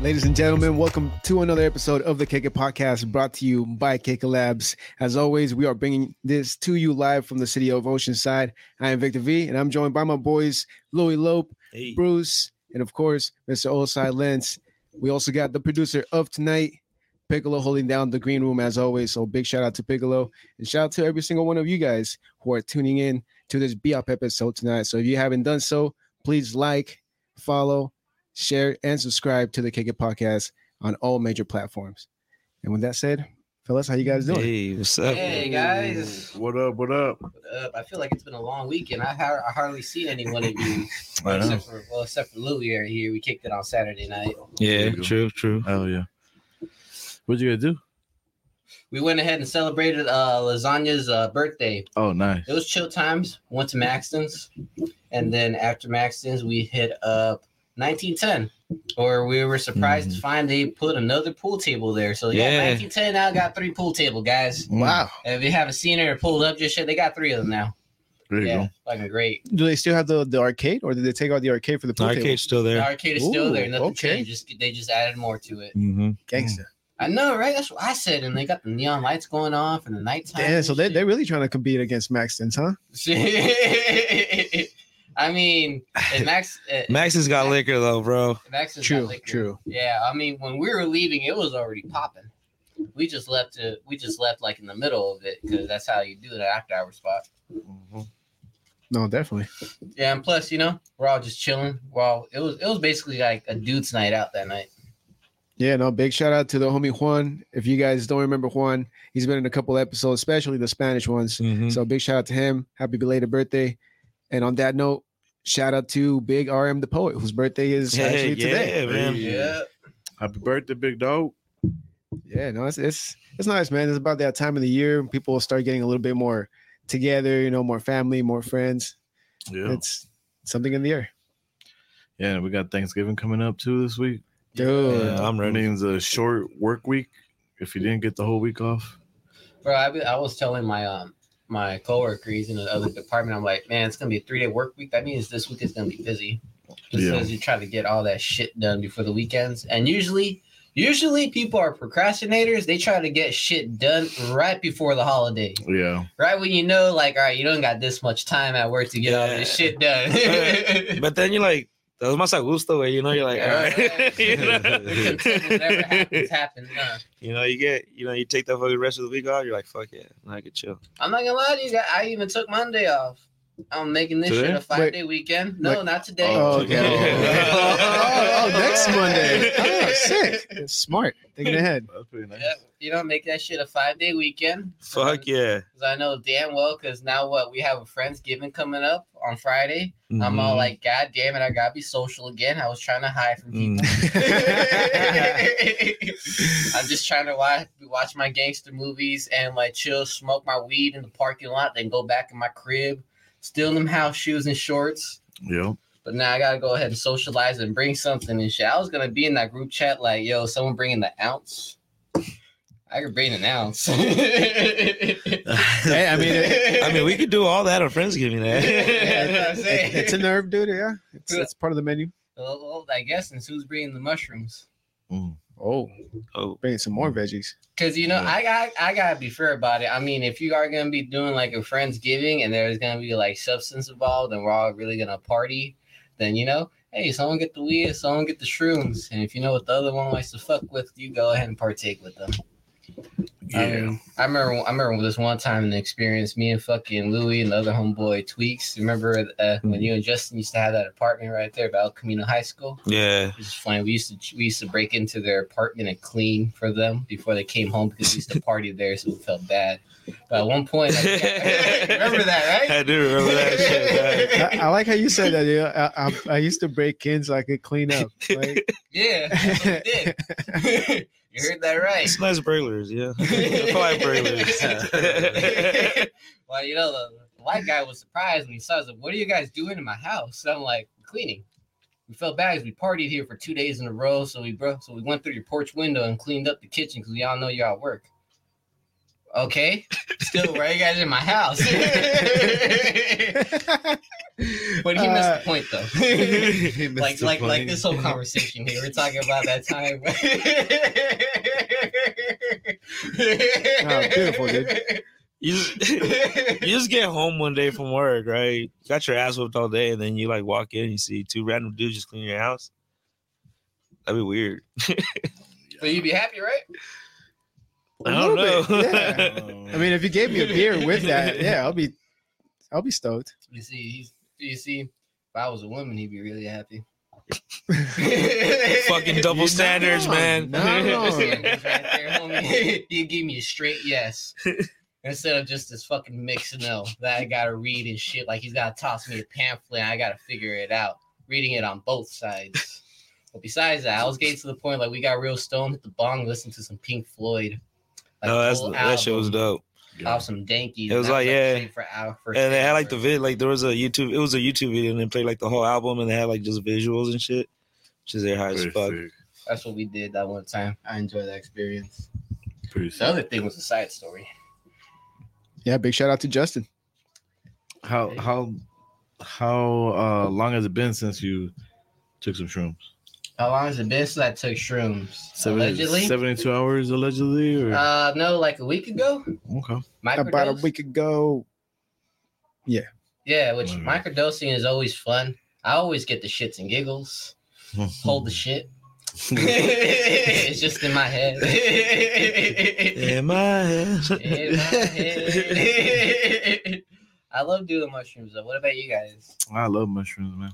Ladies and gentlemen, welcome to another episode of the Kick It Podcast brought to you by Kick It Labs. As always, we are bringing this to you live from the city of Oceanside. I am Victor V, and I'm joined by my boys, Louis Lope, Hey. Bruce, and of course, Mr. Olside Lens. We also got the producer of tonight, Piccolo, holding down the green room as always. So big shout out to Piccolo and shout out to every single one of you guys who are tuning in to this BOP episode tonight. So if you haven't done so, please like, follow, share, and subscribe to the Kick It Podcast on all major platforms. And with that said, fellas, how you guys doing? Hey, what's up? Hey guys, What up? What up? What up? I feel like it's been a long weekend. I, har- I hardly see anyone of you I know. except for well, except for Louie right here. We kicked it on Saturday night. Yeah, true, true. Hell yeah. What'd you guys do? We went ahead and celebrated uh, Lasagna's uh, birthday. Oh, nice. It was chill times. Went to Maxton's, and then after Maxton's, we hit up 1910. Or we were surprised Mm. to find they put another pool table there. So yeah, Yeah. 1910 now got three pool table guys. Mm. Wow. If you haven't seen it or pulled up just yet, they got three of them now. There you yeah, go. fucking great. Do they still have the, the arcade or did they take out the arcade for the The pool table? arcade's still The there. arcade is still Ooh, there. Nothing okay. changed. Just they just added more to it. Mm-hmm. Gangsta. I know, right? That's what I said. And they got the neon lights going off and the nighttime. Yeah, and so they, they're really trying to compete against Maxton's, huh? shit. I mean, and Max. uh, Max has got liquor though, bro. Max is True, not liquor. true. Yeah, I mean, when we were leaving, it was already popping. We just left it. We just left like in the middle of it because that's how you do the after hour spot. No, definitely. Yeah, and plus, you know, we're all just chilling. We're all it was. It was basically like a dude's night out that night. Yeah, no, big shout out to the homie Juan. If you guys don't remember Juan, he's been in a couple episodes, especially the Spanish ones. Mhm. So big shout out to him. Happy belated birthday. And on that note, shout out to Big RM the Poet, whose birthday is Hey, actually today. yeah, man. Hey. Yeah. Happy birthday, big dog. Yeah, no, it's it's it's nice, man. It's about that time of the year. when People start getting a little bit more together, you know, more family, more friends. Yeah. It's something in the air. Yeah, we got Thanksgiving coming up too this week. Dude. Yeah, Oh, I'm ready. Means a short work week if you didn't get the whole week off. Bro, I, be- I was telling my um my coworker he's in the other department. I'm like, man, it's gonna be a three day work week. That means this week is gonna be busy. Just Yeah. because you try to get all that shit done before the weekends. And usually, usually people are procrastinators. They try to get shit done right before the holiday, Yeah. right when you know, like, all right, you don't got this much time at work to get all this Yeah. shit done. But then you're like, that was más a gusto, way. You know, you're like, all right. you, Whatever happens, know? happens, huh? You know, you get, you know, you take that fucking rest of the week off. You're like, fuck yeah, now I can chill. I'm not gonna lie to you guys. I even took Monday off. I'm making this Today? shit a five day weekend. No, Wait. not today. Oh, okay. Oh. Oh, oh, next Monday. Oh, sick. It's smart. Thinking ahead. That's pretty nice. Yep. You know, make that shit a five day weekend. Fuck yeah. Because I know damn well, because now what? We have a Friendsgiving coming up on Friday. I'm Mm-hmm. all like, God damn it, I gotta be social again. I was trying to hide from people. Mhm. I'm just trying to watch, watch my gangster movies and like chill, smoke my weed in the parking lot, then go back in my crib, steal them house shoes and shorts. Yeah. But now I gotta go ahead and socialize and bring something and shit. I was gonna be in that group chat like, yo, someone bringing the ounce. I could bring an ounce. yeah, Hey, I mean, I mean, we could do all that on Friendsgiving. Eh? that's what I'm saying. It- it's a nerve, dude. Yeah, it's, it's part of the menu. Well, well, I guess since who's bringing the mushrooms? Mm. Oh, Oh, bringing some more veggies. Cause you know, Yeah. I got I gotta be fair about it. I mean, if you are gonna be doing like a friendsgiving and there's gonna be like substance involved and we're all really gonna party, then you know, hey, someone get the weed, someone get the shrooms, and if you know what the other one likes to fuck with, you go ahead and partake with them. Yeah. I, mean, I remember I remember this one time in the experience, me and fucking Louie and the other homeboy Tweaks. Remember uh, Mm-hmm. when you and Justin used to have that apartment right there by El Camino High School? yeah. It was funny. We used to we used to break into their apartment and clean for them before they came home because we used to party there, so we felt bad. But at one point, I remember that, right? I do remember that shit. I, I like how you said that. Dude. I, I, I used to break in so I could clean up. Like, Yeah, that's what we did. you heard that man. right. It's nice burglars, yeah. Five burglars. well, you know, the, the white guy was surprised when he saw us. Like, what are you guys doing in my house? And I'm like, cleaning. We felt bad because we partied here for two days in a row. So we broke, so we went through your porch window and cleaned up the kitchen because we all know you're at work. Okay, still right, guys, in my house. but he missed the point though. like like like this whole conversation here. We're talking about that time. Ah, beautiful, dude. You just, you just get home one day from work, right? Got your ass whooped all day, and then you like walk in, you see two random dudes just cleaning your house. That'd be weird. But you'd be happy, right? I don't know. little bit, yeah. I mean, if you gave me a beer with that, yeah, I'll be, I'll be stoked. You see, he's, you see, if I was a woman, he'd be really happy. Fucking double You're not standards, wrong. man. Not Double wrong. standards right there, homie. you give me a straight yes. Instead of just this fucking mix no that I gotta read and shit, like he's gotta toss me a pamphlet and I gotta figure it out. Reading it on both sides. But besides that, I was getting to the point like we got real stoned at the bong, listened to some Pink Floyd. Like, no, that's, full that shit was album dope. Off some dankies. It was and I like, played yeah. shit For hour, for And they had like hour. the vid, like there was a YouTube, it was a YouTube video, and they played like the whole album, and they had like just visuals and shit. She's there high as Pretty fuck. sick. That's what we did that one time. I enjoyed that experience. Pretty The sick. other thing was a side story. Yeah, big shout out to Justin. How how how uh, long has it been since you took some shrooms? How long has it been since I took shrooms? Seven- Allegedly? seventy-two hours allegedly, or Uh, no, like a week ago. okay. About a Microdose? week ago, Yeah, which Mm. microdosing is always fun. I always get the shits and giggles. Mm-hmm. Hold the shit. it's just in my head. In my head. In my head. I love doing mushrooms though. What about you guys? I love mushrooms, man.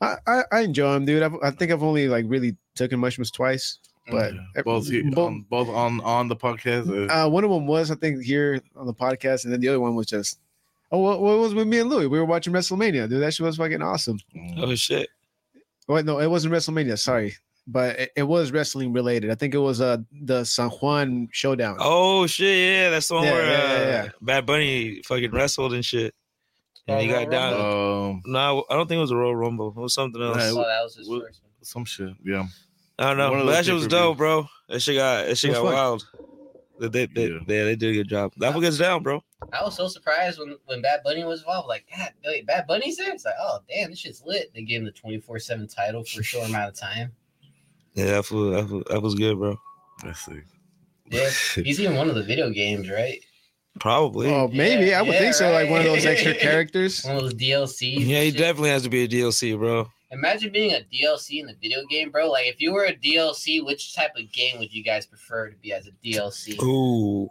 I, I, I enjoy them, dude. I've, I think I've only like really taken mushrooms twice, but Mm. Yeah. Both, he- bo- um, on, both on on the podcast. uh, uh, one of them was I think here on the podcast, and then the other one was just oh, what, what was with me and Louis? We were watching WrestleMania, dude. That shit was fucking awesome. mm, Oh shit. Wait, no, it wasn't WrestleMania. Sorry, but it, it was wrestling related. I think it was uh the San Juan Showdown. Oh shit. Yeah, that's the one Yeah, where yeah, yeah, uh, yeah. Bad Bunny fucking wrestled and shit, and he Oh, got Royal down. Rumble? um, No, I don't think it was a Royal Rumble. It was something else. Yeah, Oh, that was his What- first one. some shit. Yeah, I don't know. One of But those that shit was pay-per-views. dope, bro. That shit got that shit It was got fun. wild. They, they, they, Yeah. yeah. they did a good job. That one gets down, bro. I was so surprised when, when Bad Bunny was involved. Like, God, wait, Bad Bunny's there? It's like, oh, damn, this shit's lit. They gave him the 24 7 title for a short amount of time. Yeah, that, fool, that, fool, that was good, bro. that's sick. Yeah. He's in one of the video games, right? Probably. Oh, maybe I would Yeah, think so. Like one of those right. extra characters. One of those DLCs. and yeah, he shit. definitely has to be a DLC, bro. Imagine being a DLC in the video game, bro. Like, if you were a DLC, which type of game would you guys prefer to be as a DLC? Ooh.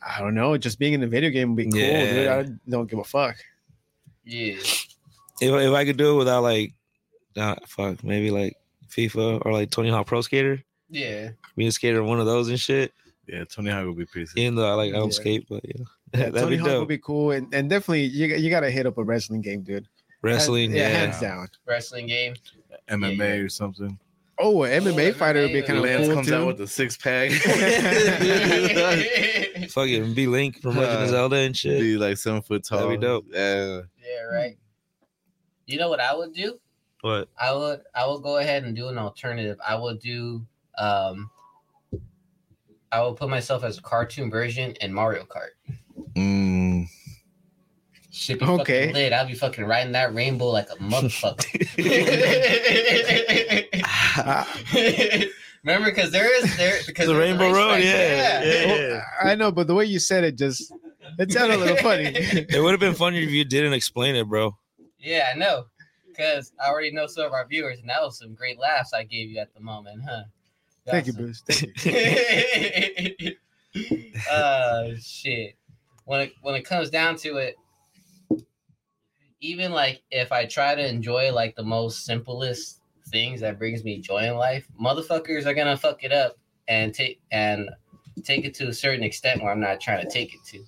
I don't know. Just being in the video game would be cool, dude. Yeah. I don't give a fuck. Yeah. If, if I could do it without like, nah, fuck, maybe like FIFA or like Tony Hawk Pro Skater, Yeah. being a skater in one of those and shit. Yeah, Tony Hawk will be pretty sick. Even though I like I don't Yeah. skate, but you know, Yeah, that'd Tony be Hawk dope. would be cool, and, and definitely you you gotta hit up a wrestling game, dude. Wrestling, Hands- yeah, yeah. hands down. Wrestling game. MMA Yeah, yeah. or something. Oh, an MMA Oh, fighter would be MMA. kind of Lance cool comes too. out with a six pack. Yeah. yeah, Fuck it, be Link from Legend of Uh, Zelda and shit. be like seven foot tall. That'd be dope. Yeah. right. You know what I would do? What? I would I will go ahead and do an alternative. I will do um I will put myself as a cartoon version in Mario Kart. Mm. Shit be fucking Okay. lit. I'll be fucking riding that rainbow like a motherfucker. Ah, Remember, because there is there because The there's a Rainbow Road, racetrack. yeah, yeah. well, I know, but the way you said it just it sounded a little funny. It would have been funnier if you didn't explain it, bro. Yeah, I know. Because I already know some of our viewers, and that was some great laughs I gave you at the moment, huh? That Thank you, was some- Bruce. Thank you. oh shit. When it when it comes down to it, even like if I try to enjoy like the most simplest things that brings me joy in life, motherfuckers are gonna fuck it up and take and take it to a certain extent where I'm not trying to take it to.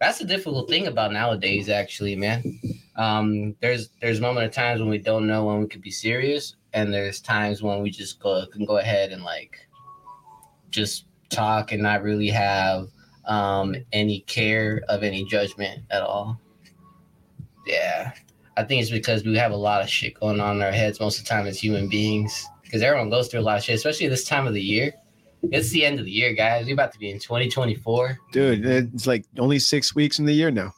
That's the difficult thing about nowadays, actually, man. Um, there's there's moment of times when we don't know when we could be serious, and there's times when we just go can go ahead and like just talk and not really have um, any care of any judgment at all. Yeah. I think it's because we have a lot of shit going on in our heads most of the time as human beings. Because everyone goes through a lot of shit, especially this time of the year. It's the end of the year, guys. We're about to be in 2024, dude. It's like only six weeks in the year now.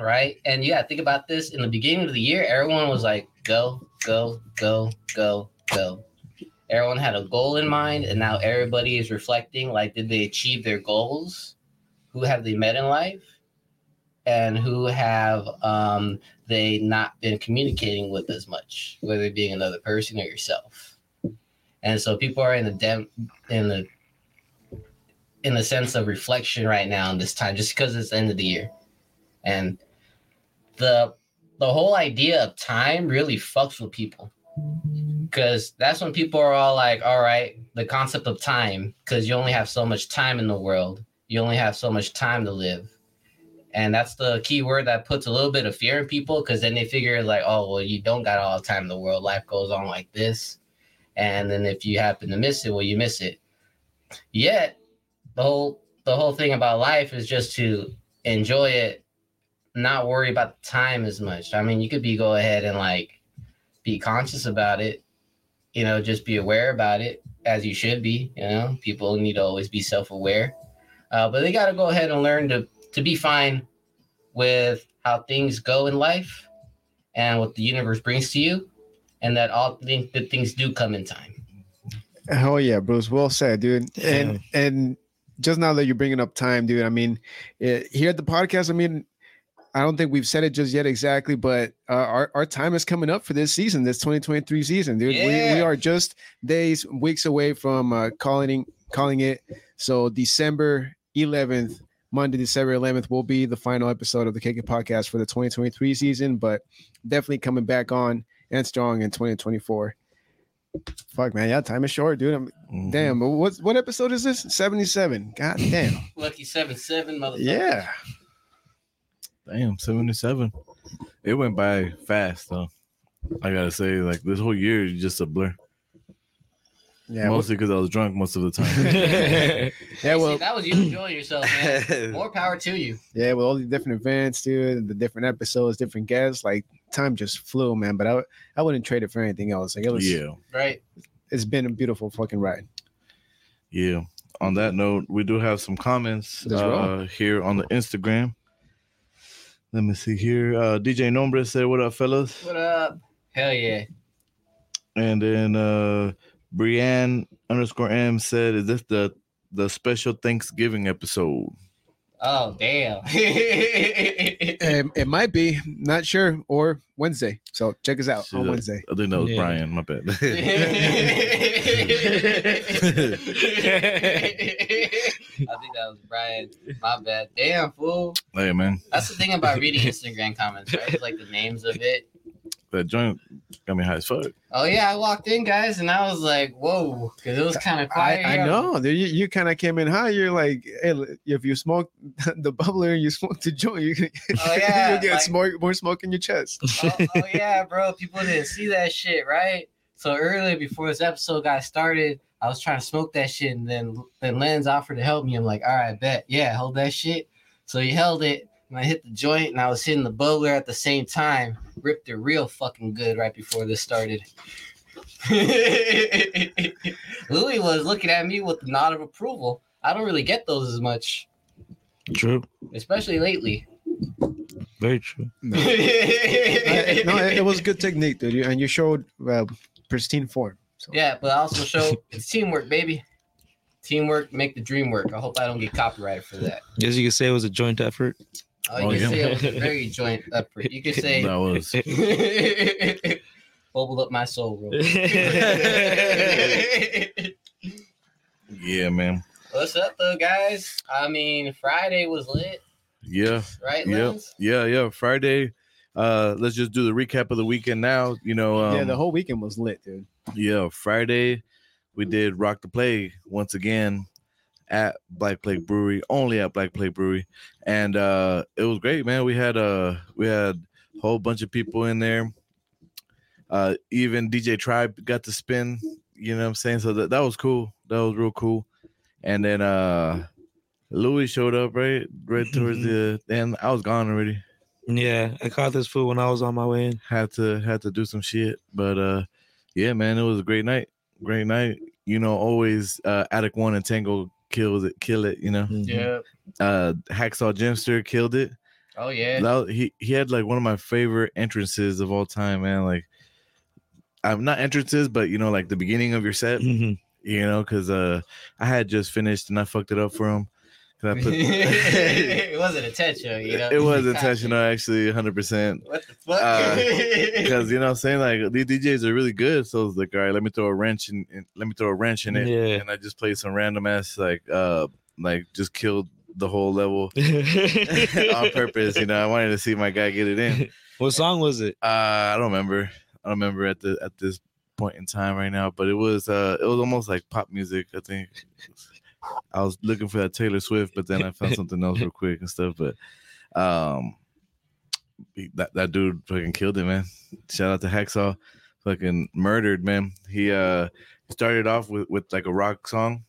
right? And yeah, think about this. In the beginning of the year, everyone was like, go, go, go, go, go. Everyone had a goal in mind, and now everybody is reflecting like, did they achieve their goals? Who have they met in life? And who have um, they not been communicating with as much, whether it being another person or yourself? And so people are in the dem- in the in the sense of reflection right now in this time, just because it's the end of the year, and the the whole idea of time really fucks with people, because that's when people are all like, "All right, the concept of time, because you only have so much time in the world, you only have so much time to live." And that's the key word that puts a little bit of fear in people because then they figure like, oh well, you don't got all the time in the world. Life goes on like this. And then if you happen to miss it, well, you miss it. Yet the whole the whole thing about life is just to enjoy it, not worry about the time as much. I mean, you could be go ahead and like be conscious about it, you know, just be aware about it as you should be. You know, people need to always be self aware, uh, but they got to go ahead and learn to to be fine with how things go in life and what the universe brings to you, and that all things good things do come in time. Hell yeah, Bruce. Well said, dude. And and just now that you're bringing up time, dude. I mean, eh, here at the podcast, I mean, I don't think we've said it just yet exactly, but uh, our our time is coming up for this season, this 2023 season, dude. We, we Yeah. are just days, weeks away from uh, calling calling it. So December 11th, Monday, December 11th, will be the final episode of the KK Podcast for the 2023 season, but definitely coming back on and strong in 2024. Fuck man, yeah, time is short, dude. I'm, Mhm. Damn, but what what episode is this? 77. God damn. Lucky seven seven, motherfucker. yeah. Damn, 77. It went by fast, though. I gotta say, like, this whole year is just a blur. Yeah. Well, Mostly because I was drunk most of the time. yeah, See, well, that was you enjoying yourself, man. More power to you. yeah, with all the different events, dude, the different episodes, different guests, like time just flew, man. But I I wouldn't trade it for anything else. Like it was yeah. Right. it's been a beautiful fucking ride. Yeah. On that note, we do have some comments Let's roll. uh, here on the Instagram. Let me see here. Uh, DJ Nombre said, What up, fellas? What up? Hell yeah. And then uh, Brianne underscore M said, Is this the the special Thanksgiving episode? Oh damn. Um, it might be, not sure, or Wednesday. So check us out on Shit. Wednesday. I think that was Yeah. Brian, my bad. I think that was Brian. My bad. Damn fool. hey, man. That's the thing about reading Instagram comments, right? It's like the names of it. That joint got me high as fuck. Oh yeah, I walked in, guys, and I was like, "Whoa," because it was kind of I, quiet. I here. know dude, you, you kind of came in high. You're like, hey, l- if you smoke the bubbler and you smoke the joint, you, Oh, yeah, you get like- smoke, more smoke in your chest. oh, oh, yeah, bro. People didn't see that shit, right? So earlier, before this episode got started, I was trying to smoke that shit, and then then Lens offered to help me. I'm like, all right, bet, yeah, hold that shit. So he held it, and I hit the joint, and I was hitting the bubbler at the same time. Ripped it real fucking good right before this started. Louis was looking at me with the nod of approval. I don't really get those as much, True. especially lately. Very true. No. I- no, it, it was good technique, dude. You- And you showed uh, pristine form. So. Yeah, but I also show it's teamwork, baby. Teamwork make the dream work. I hope I don't get copyrighted for that. Guess you could say it was a joint effort. Oh, you can Oh, yeah. say it was a very joint effort. You can say That was bubble up my soul, bro. yeah, man. What's up though, guys? I mean, Friday was lit, Yeah, right? yeah, Lens? yeah, yeah. Friday. Uh, let's just do the recap of the weekend now. You know, um, yeah, the whole weekend was lit, dude. yeah, Friday we did Rock the Plague once again at Black Plague Brewery, only at Black Plague Brewery, and uh, it was great, man. We had uh, we had a whole bunch of people in there. Uh, even DJ Tribe got to spin. You know what I'm saying? So that, that was cool. That was real cool. And then uh, Louis showed up right right towards the end. I was gone already Yeah, I caught this food when I was on my way in. had to had to do some shit. But uh yeah, man, it was a great night. Great night. you know, always uh, Attic One and Tango kills it, kill it. You know, Yeah. uh, Hacksaw Jimster killed it. Oh yeah. That- he he had like one of my favorite entrances of all time, man. Like, I'm not entrances, but you know, like the beginning of your set, Mhm. you know, because uh, I had just finished and I fucked it up for him. 'Cause I put- it wasn't intentional, you know. it was intentional, actually, 100. percent What the fuck? Uh, Because you know, what I'm saying like these DJs are really good. So it's like, all right, let me throw a wrench in, in- let me throw a wrench in it, Yeah. and I just played some random ass like uh like just killed the whole level on purpose. You know, I wanted to see my guy get it in. What song was it? Uh, I don't remember. I don't remember at the at this point in time right now, but it was uh it was almost like pop music. I think I was looking for that Taylor Swift, but then I found something else real quick and stuff. But um, he- that that dude fucking killed it, man. Shout out to Hacksaw, fucking murdered, man. He uh started off with with like a rock song.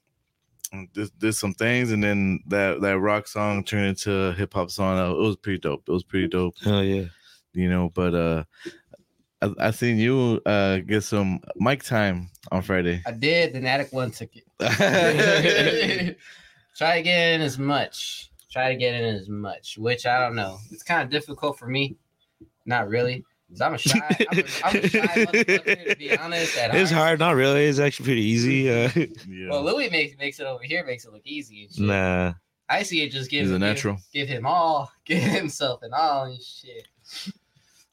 and Did, did some things and then that that rock song turned into a hip hop song. Uh, It was pretty dope. It was pretty dope Oh yeah. you know. But uh, I, I seen you uh get some mic time on Friday. I did. Then Attic One took yeah, it. Try to get in as much. Try to get in as much, which I don't know. It's kind of difficult for me. Not really. 'cause I'm a shy. I'm a, I'm a shy motherfucker, to be honest. At It's heart. hard, not really. It's actually pretty easy. Uh, Mm-hmm. Well, Louis makes makes it over here, makes it look easy. And shit. nah. I see it just give he's a give- natural. give him all, give himself and all and shit.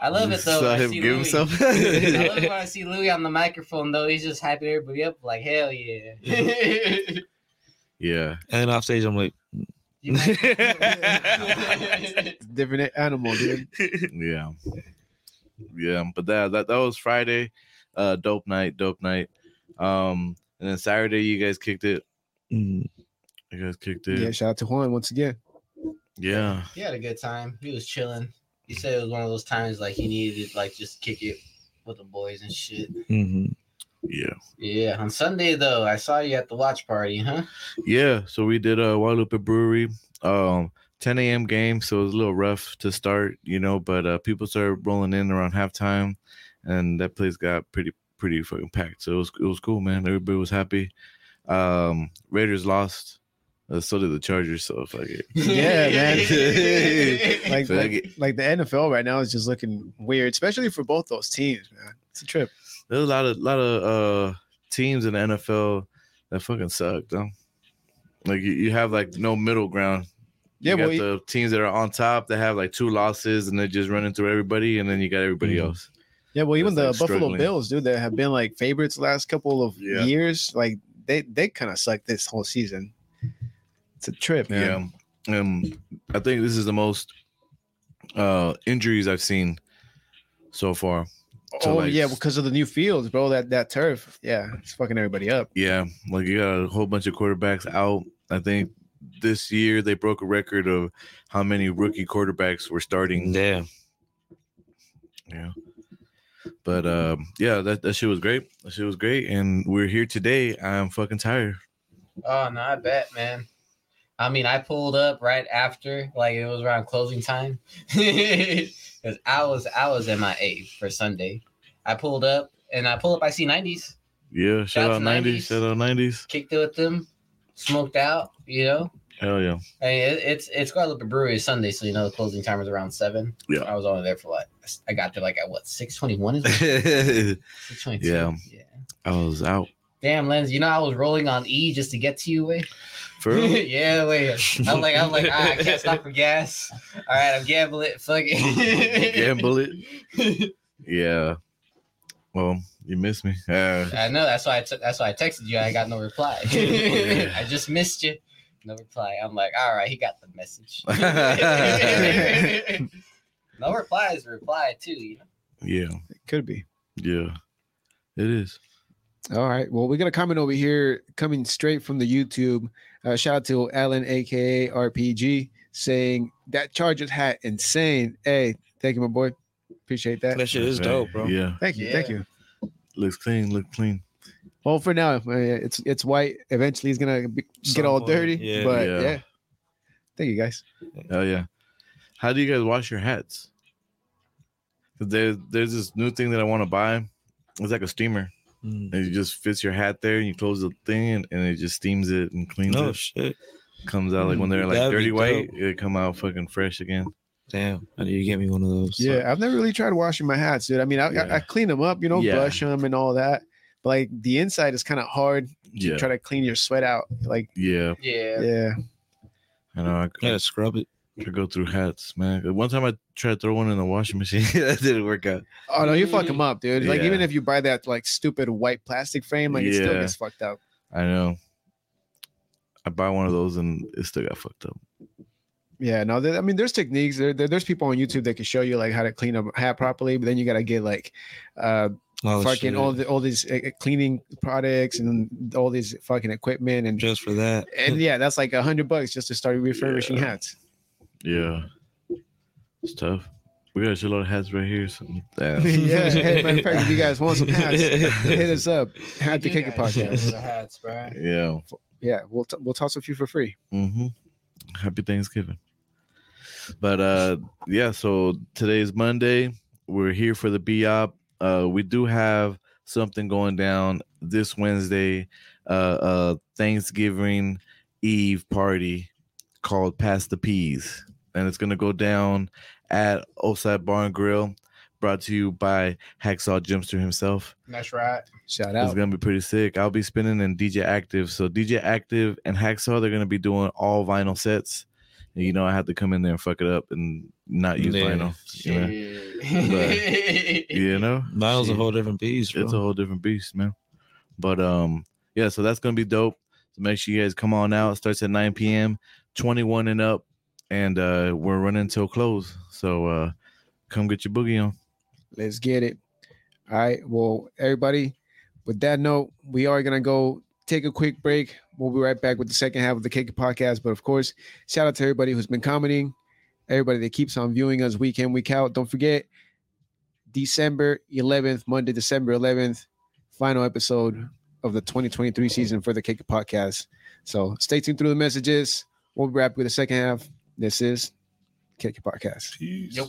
I love it though. Saw when I him see give Louis. himself. I love it when I see Louis on the microphone though. He's just hyping everybody up like hell yeah. yeah, And then off stage, I'm like, You might- It's a different animal, dude. yeah, yeah. But that that that was Friday. Uh, dope night, dope night. Um, and then Saturday you guys kicked it. mm, You guys kicked Yeah, it. shout out to Juan once again. Yeah, he had a good time. He was chilling. He said it was one of those times like he needed to like just kick it with the boys and shit. mhm. yeah, Yeah. On Sunday though, I saw you at the watch party, huh? yeah. So we did a Guadalupe Brewery. Um. 10 a.m. game, so it was a little rough to start, you know, but uh, people started rolling in around halftime. and that place got pretty pretty fucking packed. So it was it was cool, man. Everybody was happy. Um, Raiders lost. Uh, so did the Chargers. So fuck it. Yeah, man. Like, Fuck like, it. like the NFL right now is just looking weird, especially for both those teams, man. It's a trip. There's a lot of lot of uh teams in the NFL that fucking suck, though. Like you, you have like no middle ground. Yeah, you got well, e- the teams that are on top that have like two losses and they're just running through everybody, and then you got everybody Mhm. else. yeah, well, even it's, the like, Buffalo struggling. Bills, dude, that have been like favorites the last couple of Yeah. years, like they they kind of suck this whole season. It's a trip, man. Yeah. Um, I think this is the most uh injuries I've seen so far. to, oh like, yeah, s- because of the new fields, bro. That that turf, yeah, it's fucking everybody up. Yeah, like you got a whole bunch of quarterbacks out. I think this year they broke a record of how many rookie quarterbacks were starting. Damn. Yeah. But um, yeah, that, that shit was great. That shit was great. And we're here today. I'm fucking tired. Oh no, I bet, man. I mean, I pulled up right after, like it was around closing time, because I was I was in my A for Sunday. I pulled up and I pulled up. I see nineties, Yeah, shout That's out 90s. 90s. Shout out 90s. kicked it with them, smoked out. You know, Hell yeah. I mean, it, it's it's Guadalupe Brewery is Sunday, so you know the closing time is around seven. Yeah. I was only there for what I got there like at what six twenty one is I six twenty two. Yeah. yeah. was out. Damn, Lens, you know I was rolling on E just to get to you, way. For real? yeah, wait. I'm like, I'm like, ah, I can't stop for gas. All right, I'm gambling. Fuck it. Gamble it. Yeah. Well, you missed me. Uh, I know. That's why I took. That's why I texted you. I got no reply. Yeah. I just missed you. No reply. I'm like, all right, he got the message. no reply is a reply too. You know. yeah. It could be. Yeah. It is. All right. Well, we got a comment over here coming straight from the YouTube. Uh, shout out to Alan, aka RPG, saying that Chargers hat insane. Hey, thank you, my boy. Appreciate that. That shit is dope, bro. Yeah. Thank you, thank Yeah. you. Looks clean. Look clean. Well, for now, uh, it's it's white. Eventually, it's gonna be, get Some all point, dirty. yeah. but Yeah. yeah. thank you guys. Oh yeah. How do you guys wash your hats? 'Cause There, there's this new thing that I want to buy. It's like a steamer. Mm. And it just fits your hat there, and you close the thing, and, and it just steams it and cleans No it. shit. comes out like when they're like That'd be dirty white, dope. it come out fucking fresh again. Damn. I need to get me one of those. Yeah, I've never really tried washing my hats, dude. I mean, I, I, I Yeah. clean them up, you know, Yeah. brush them and all that. But like the inside is kind of hard. You Yeah, try to clean your sweat out. Like, yeah. Yeah. yeah, I know. I, I gotta scrub it. I go through hats, man. One time I tried to throw one in the washing machine, that didn't work out. oh no, you fuck them up, dude. Like Yeah. even if you buy that like stupid white plastic frame, like it still Yeah. gets fucked up. I know. I buy one of those and it still got fucked up. Yeah, no, there- I mean, there's techniques. There, there- there's people on YouTube that can show you like how to clean a hat properly, but then you gotta get like uh All the fucking Oh, shit. all the all these uh, cleaning products and all these fucking equipment and just for that. and yeah, that's like a hundred bucks just to start refurbishing hats. Yeah, it's tough. We got a shitload of hats right here. So damn. yeah, hey, matter of fact, if you guys want some hats, hit us up. Hat the You Kicker guys Podcast. have the hats, bro. yeah. Yeah, we'll t- we'll toss a few for free. Mm-hmm. Happy Thanksgiving. But uh yeah, so today's Monday. We're here for the BOP. Uh we do have something going down this Wednesday, uh uh Thanksgiving Eve party called Pass the Peas. And it's gonna go down at Oside Bar and Grill, brought to you by Hacksaw Jimster himself. That's right. Shout It's out. gonna be pretty sick. I'll be spinning in DJ Active. So DJ Active and Hacksaw, they're gonna be doing all vinyl sets. And, You know, I had to come in there and fuck it up and not use Yeah. vinyl. You know, Shit. you know? Miles a Shit. whole different piece, bro. it's a whole different beast, man. But um, yeah, so that's gonna be dope. So make sure you guys come on out. It starts at 9 p.m. 21 and up, and uh we're running till close. So uh come get your boogie on. Let's get it. All right. Well, everybody, with that note, we are going to go take a quick break. We'll be right back with the second half of the Cake Podcast. But of course, shout out to everybody who's been commenting, everybody that keeps on viewing us week in, week out. Don't forget, December 11th, Monday, December 11th, final episode of the 2023 season for the Cake Podcast. So stay tuned through the messages. We'll be right back with the second half. This is Cake Podcast. Yep.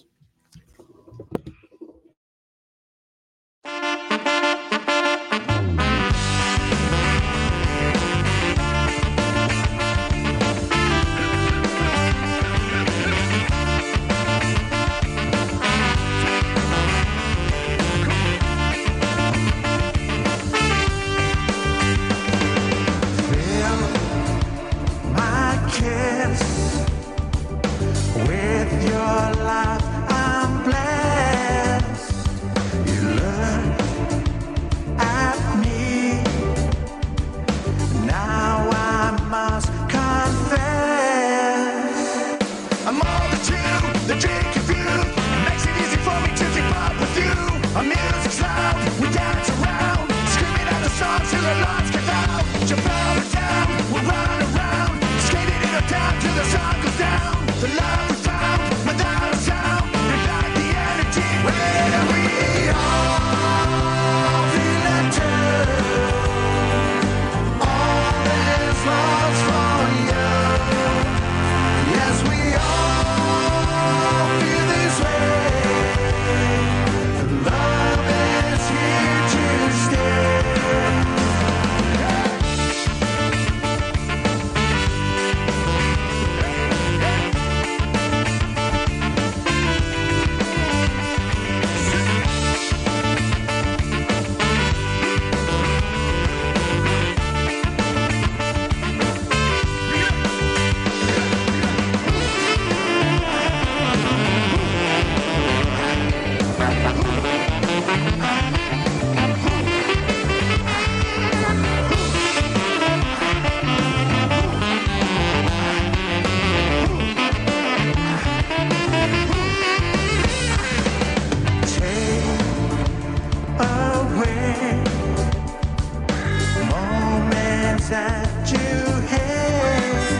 Fill my kiss with your life. I'm blessed. You look at me. Now I must confess. I'm all that you, the drink of you. Makes it easy for me to keep up with you. Our music's loud, we dance around, screaming out the songs till the lights get out. Jump out of town, we'll run around, skating in the town till the sun goes down. The love we found without a sound, ignite the energy when we all feel it too. All this love's for you. Yes, we all feel this way. The love is here to stay. Take away moments that you had.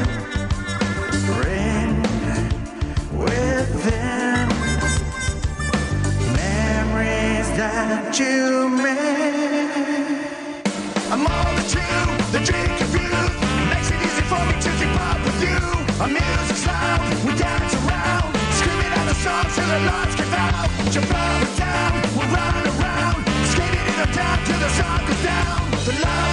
Bring with them memories that you made. I'm all that you, the drink of you. Makes it easy for me to keep up with you. Our music's loud, we dance around, screaming out the songs till the lights give out. Jump out of town, we'll run around, skating in the town till the sun goes down.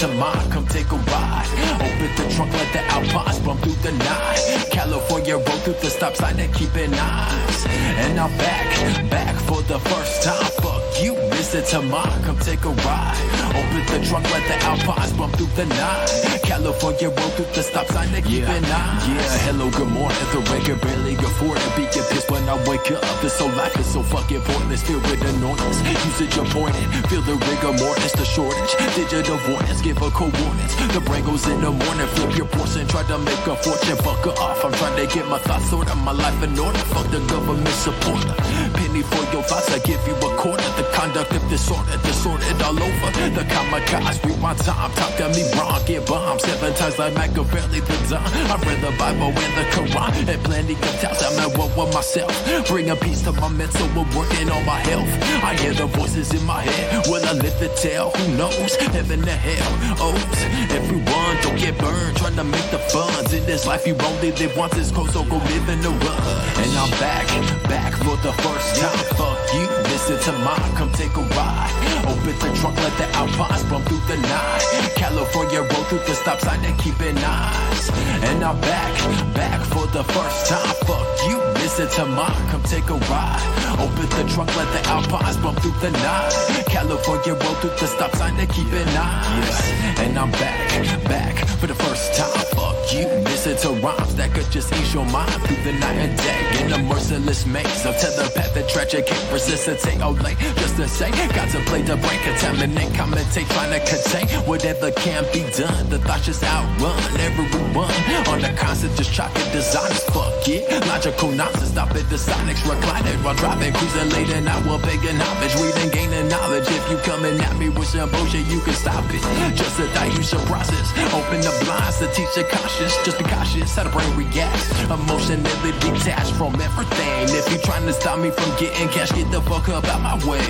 to mine, come take a ride. Open the trunk, let the alpines bump through the night. California road through the stop sign and keeping eyes. And I'm back, back for the first time. Fuck you, listen to mine, come take a ride. Open the trunk, let the alpines bump through the night. California road through the stop sign and keeping eyes. Yeah, hello, good morning. The record barely afford to be get pissed when I wake up. This whole life is so fucking pointless, filled with annoyance. Usage appointed, feel the rigor mortis, the shortage. Digital warnings, give a coordinates. The brain goes in the morning, flip your portion, try to make a fortune, fuck her off. I'm trying to get my thoughts sorted, my life in order. Fuck the government supporter. Penny for your thoughts, I give you a quarter. The conduct of disorder, disordered all over. The kamikaze, rewind time, talk to me wrong, get bombed. Seven times like Machiavelli, the Don. I read the Bible and the Quran, and plenty of times I'm at war with myself. Bring a piece to my mental, we're working on my health. I hear the voices in my head, will I live to tell? Who knows? Heaven to hell, O's. Everyone, don't get burned, trying to make the funds. In this life, you only live once, it's cold, so go live in the rush. And I'm back, back for the first time. Fuck you, listen to mine, come take a ride. Open the trunk, let the alpines bump through the night. California road through the stop sign and keeping eyes. And I'm back, back for the first time. Fuck you, listen to mine, come take a ride. Open the trunk, let the alpines bump through the night. California road through the stop sign and keeping eyes. And I'm back, back for the first time. Fuck you, listen to rhymes that could just ease your mind through the night and day. In a merciless maze of telepathic tragic, can't resist and take out late. Just to say, contemplate the brain, contaminate, commentate, trying to contain whatever can be done. The thoughts just outrun everyone on the concept, just chalk it dishonest. Fuck it, logical nonsense. Stop it, the sonics reclining while driving, cruising late and I will begging homage, reading, gaining knowledge. If you coming at me with some bullshit, you can stop it. Just a thought you should process. Open the blinds to teach the conscious. Just be cautious how the brain reacts. Emotionally detached from everything. If you trying to stop me from getting cash, get the fuck up out my way.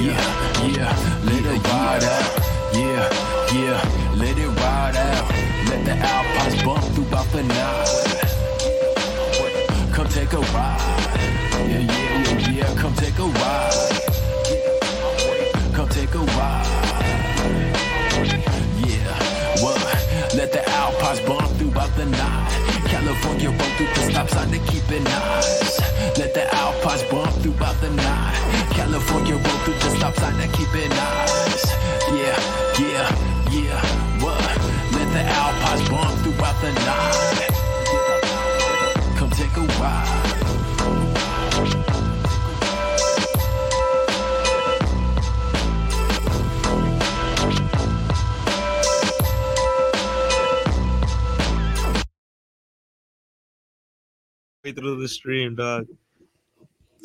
Yeah, yeah, let it ride out. Yeah, yeah, let it ride out. Let the alpines bump throughout the night. Come take a ride. Yeah, yeah, yeah, yeah. Come take a ride. Come take a ride. Yeah, what? Let the alpines bump throughout the night. California road through the stop sign to keep it nice. Let the alpines bump throughout the night. California road through the stop sign to keep it nice. Yeah, yeah, yeah, what? Let the alpines bump throughout the night. Come take a ride. Way through the stream, dog.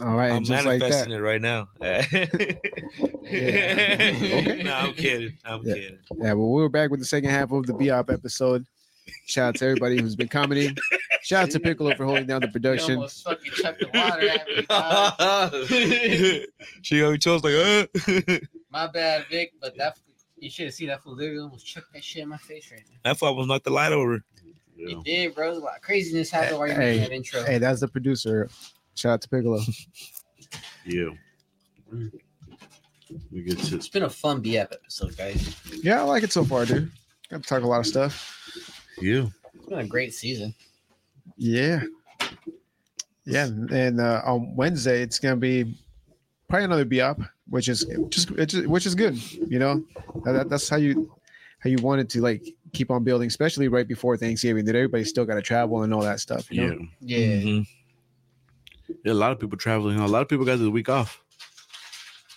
All right, I'm and just like that. manifesting it right now. Okay. No, I'm kidding. I'm Yeah. kidding. Yeah, well, we're back with the second half of the Biop episode. Shout out to everybody who's been commenting. Shout out to Piccolo for holding down the You production. almost fucking chucked the water at me. dog. she always chose like, uh. My bad, Vic, but that you should have seen that fool literally almost chucked that shit in my face right now. I thought I was knocked the light over. You did, bro. A lot of craziness happened while you're Hey, making that intro. Hey, that's the producer. Shout out to Piccolo. Yeah. We get shit. It's been a fun BF episode, guys. Yeah, I like it so far, dude. Got to talk a lot of stuff. Yeah. It's been a great season. Yeah. Yeah, and uh, on Wednesday it's gonna be probably another Biop, which is just it's just- which is good. You know, That- that, that's how you how you wanted to like keep on building, especially right before Thanksgiving. That everybody's still got to travel and all that stuff. You Yeah. know? Yeah. Mhm. Yeah, a lot of people traveling. A lot of people got the week off.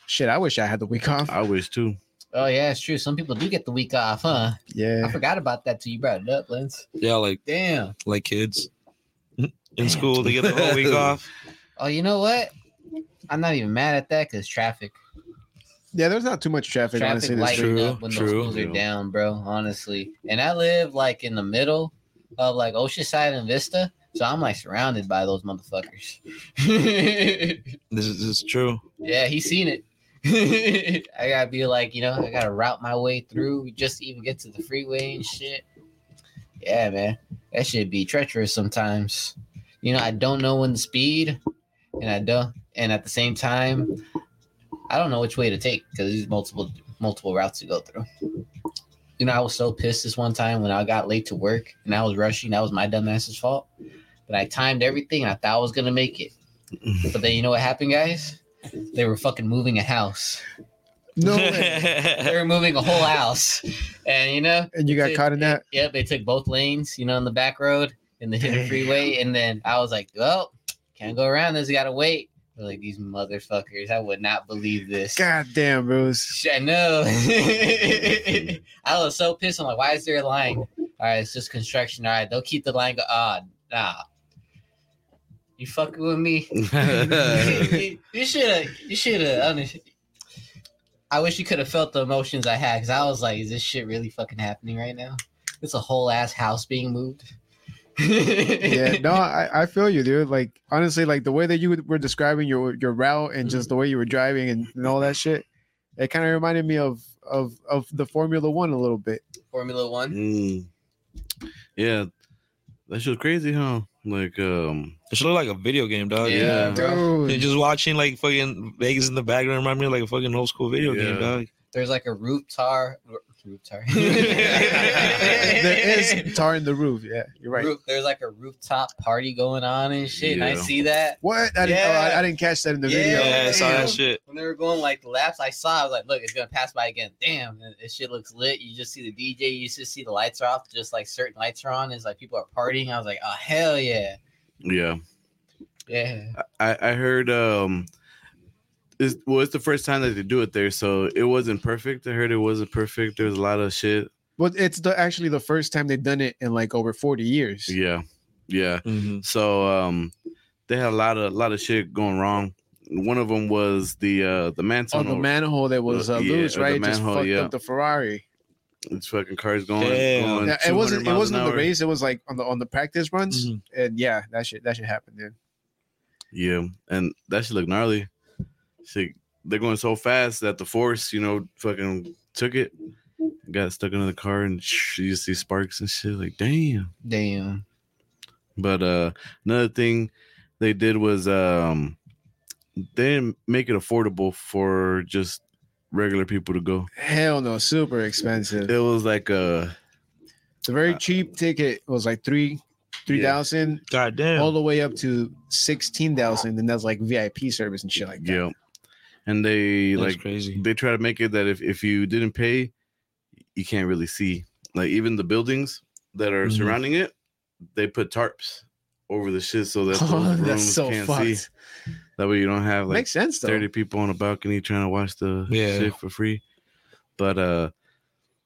Shit, I wish I had the week off. I wish too. Oh yeah, it's true. Some people do get the week off, huh? I Yeah, forgot about that till you brought it up, Lance. Yeah, like Damn. like kids in school, they get the whole week off. Oh, you know what? I'm not even mad at that because traffic. yeah. There's not too much traffic, traffic honestly. This lightened true. true, up when true. those schools Yeah. are down, bro. Honestly, and I live like in the middle of like Oceanside and Vista, so I'm like surrounded by those motherfuckers. This is, this is true. yeah, he's seen it. I gotta be like, you know, I gotta route my way through just to even get to the freeway and shit. Yeah, man, that should be treacherous sometimes. You know, I don't know when to speed, and I don't, and at the same time, I don't know which way to take because there's multiple multiple routes to go through. You know, I was so pissed this one time when I got late to work and I was rushing. That was my dumbass's fault. But I timed everything and I thought I was gonna make it. But then you know what happened, guys? They were fucking moving a house. No way. They were moving a whole house, and you know And you got Dude, caught in that? Yep, they took both lanes, you know, on the back road in the hidden freeway. And then I was like, well, can't go around this. Got to wait. They're like, these motherfuckers. I would not believe this. God damn, Bruce. Shit, I know. I was so pissed. I'm like, why is there a line? All right, it's just construction. All right, they'll keep the line. Go- ah, nah. You fucking with me? you should have. You should have. I wish you could have felt the emotions I had because I was like, "Is this shit really fucking happening right now? It's a whole ass house being moved." Yeah, no, I, I feel you, dude. Like honestly, like the way that you were describing your your route and just the way you were driving and, and all that shit, it kind of reminded me of of of the Formula One a little bit. Formula One. Mm. Yeah, that shit's crazy, huh? Like, um, It should look like a video game, dog. Yeah. bro. You're just watching like fucking Vegas in the background remind me of, like a fucking old school video Yeah. game, dog. There's like a roof tar. Roof tar. there is tar in the roof. Yeah, you're right. Roof, there's like a rooftop party going on and shit. And I Yeah. see that. What? I didn't, oh, Yeah. I, I didn't catch that in the video. Yeah, I saw Damn. that shit. When they were going like the laps, I saw. I was like, "Look, it's gonna pass by again." Damn, and this shit looks lit. You just see the DJ. You just see the lights are off. Just like certain lights are on. It's like people are partying. I was like, "Oh hell yeah, yeah, yeah." I, I heard, um, it's, well, it's the first time that they do it there, so it wasn't perfect. I heard it wasn't perfect. There was a lot of shit. Well, it's the actually the first time they've done it in like over 40 years. Yeah, yeah. hmm So, um, they had a lot of lot of shit going wrong. One of them was the uh the On Manson. Oh, the manhole that was uh, Uh, yeah, loose, the right? Just manhole, fucked yeah. up the Ferrari. It's fucking cars going. Damn. going Yeah, it 200 wasn't. It miles wasn't an in the hour. Mm-hmm. race. It was like on the on the practice runs, Mhm. and yeah, that shit that shit happened, dude. Yeah, and that shit look gnarly. Shit, they're going so fast that the force, you know, fucking took it, got stuck into the car, and you just see sparks and shit. Like, damn. Damn. But uh another thing they did was um they didn't make it affordable for just regular people to go. Hell no, super expensive. It was like uh The very Uh, cheap ticket was like three, three thousand, God damn. all the way up to sixteen thousand, and that's like VIP service and shit like that. yeah, and they That's like crazy. they try to make it that if, if you didn't pay, you can't really see. Like even the buildings that are Mm-hmm. Mhm. surrounding it, they put tarps over the shit so that Oh, the that's rooms so can't fucked. see. That way you don't have like Makes sense though. thirty people on a balcony trying to watch the Yeah. shit for free. But uh,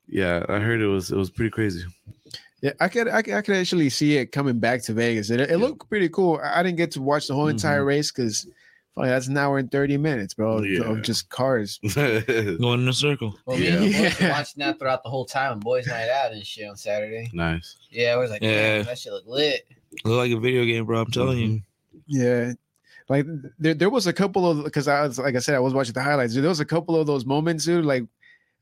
yeah, I heard it was it was pretty crazy. Yeah, I could, I could, I could actually see it coming back to Vegas. It, it looked pretty cool. I I didn't get to watch the whole entire race because that's an hour and thirty minutes, bro, of- Mm-hmm. Yeah. of just cars. Going in a circle. Well, yeah. Me and the boys were Yeah. watching that throughout the whole time. Boys night out and shit on Saturday. nice. Yeah, I was like, "Damn, Yeah. that shit look lit." Look like a video game, bro. I'm telling you. Mm-hmm. Yeah, like there, there was a couple of because I was like I said I was watching the highlights. Dude, there was a couple of those moments, dude. Like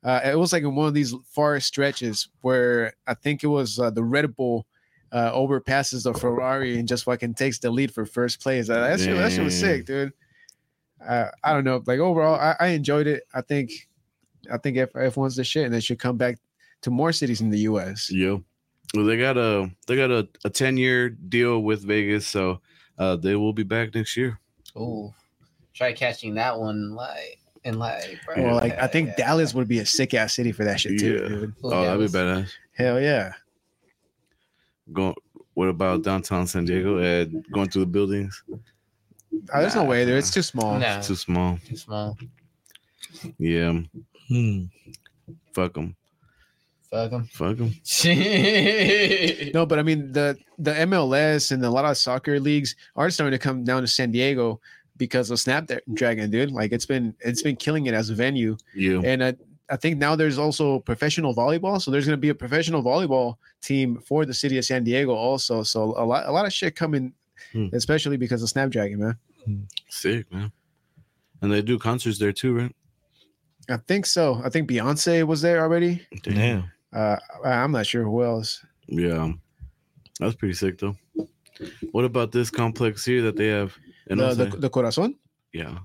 uh, it was like in one of these far stretches where I think it was uh, the Red Bull uh, overpasses the Ferrari and just fucking takes the lead for first place. Uh, that, shit, that shit was Damn. sick, dude. Uh, I don't know. Like overall, I, I enjoyed it. I think I think F F one's the shit, and they should come back to more cities in the U.S. Yeah. Well, they got a they got a, a ten year deal with Vegas, so uh, they will be back next year. Ooh, try catching that one like and like. Bro, Or like I think yeah. Dallas would be a sick ass city for that shit too. Yeah. Dude. Ooh, oh, Dallas. that'd be badass. Hell yeah. going what about downtown san diego and going through the buildings Oh, there's no Nah. way there. It's too small. Nah, it's too small too small. yeah Mm-hmm. Hmm. fuck them Fuck them. fuck them No, but I mean the the MLS and a lot of soccer leagues are starting to come down to San Diego because of Snapdragon, dude. Like it's been it's been killing it as a venue, yeah and I I think now there's also professional volleyball. So there's going to be a professional volleyball team for the city of San Diego also. So a lot a lot of shit coming, Hmm. especially because of Snapdragon, man. sick man and they do concerts there too right I think so. I think Beyonce was there already. Damn. Uh, I- I'm not sure who else. yeah that's pretty sick though what about this complex here that they have in The, the, Osa? the Corazon. yeah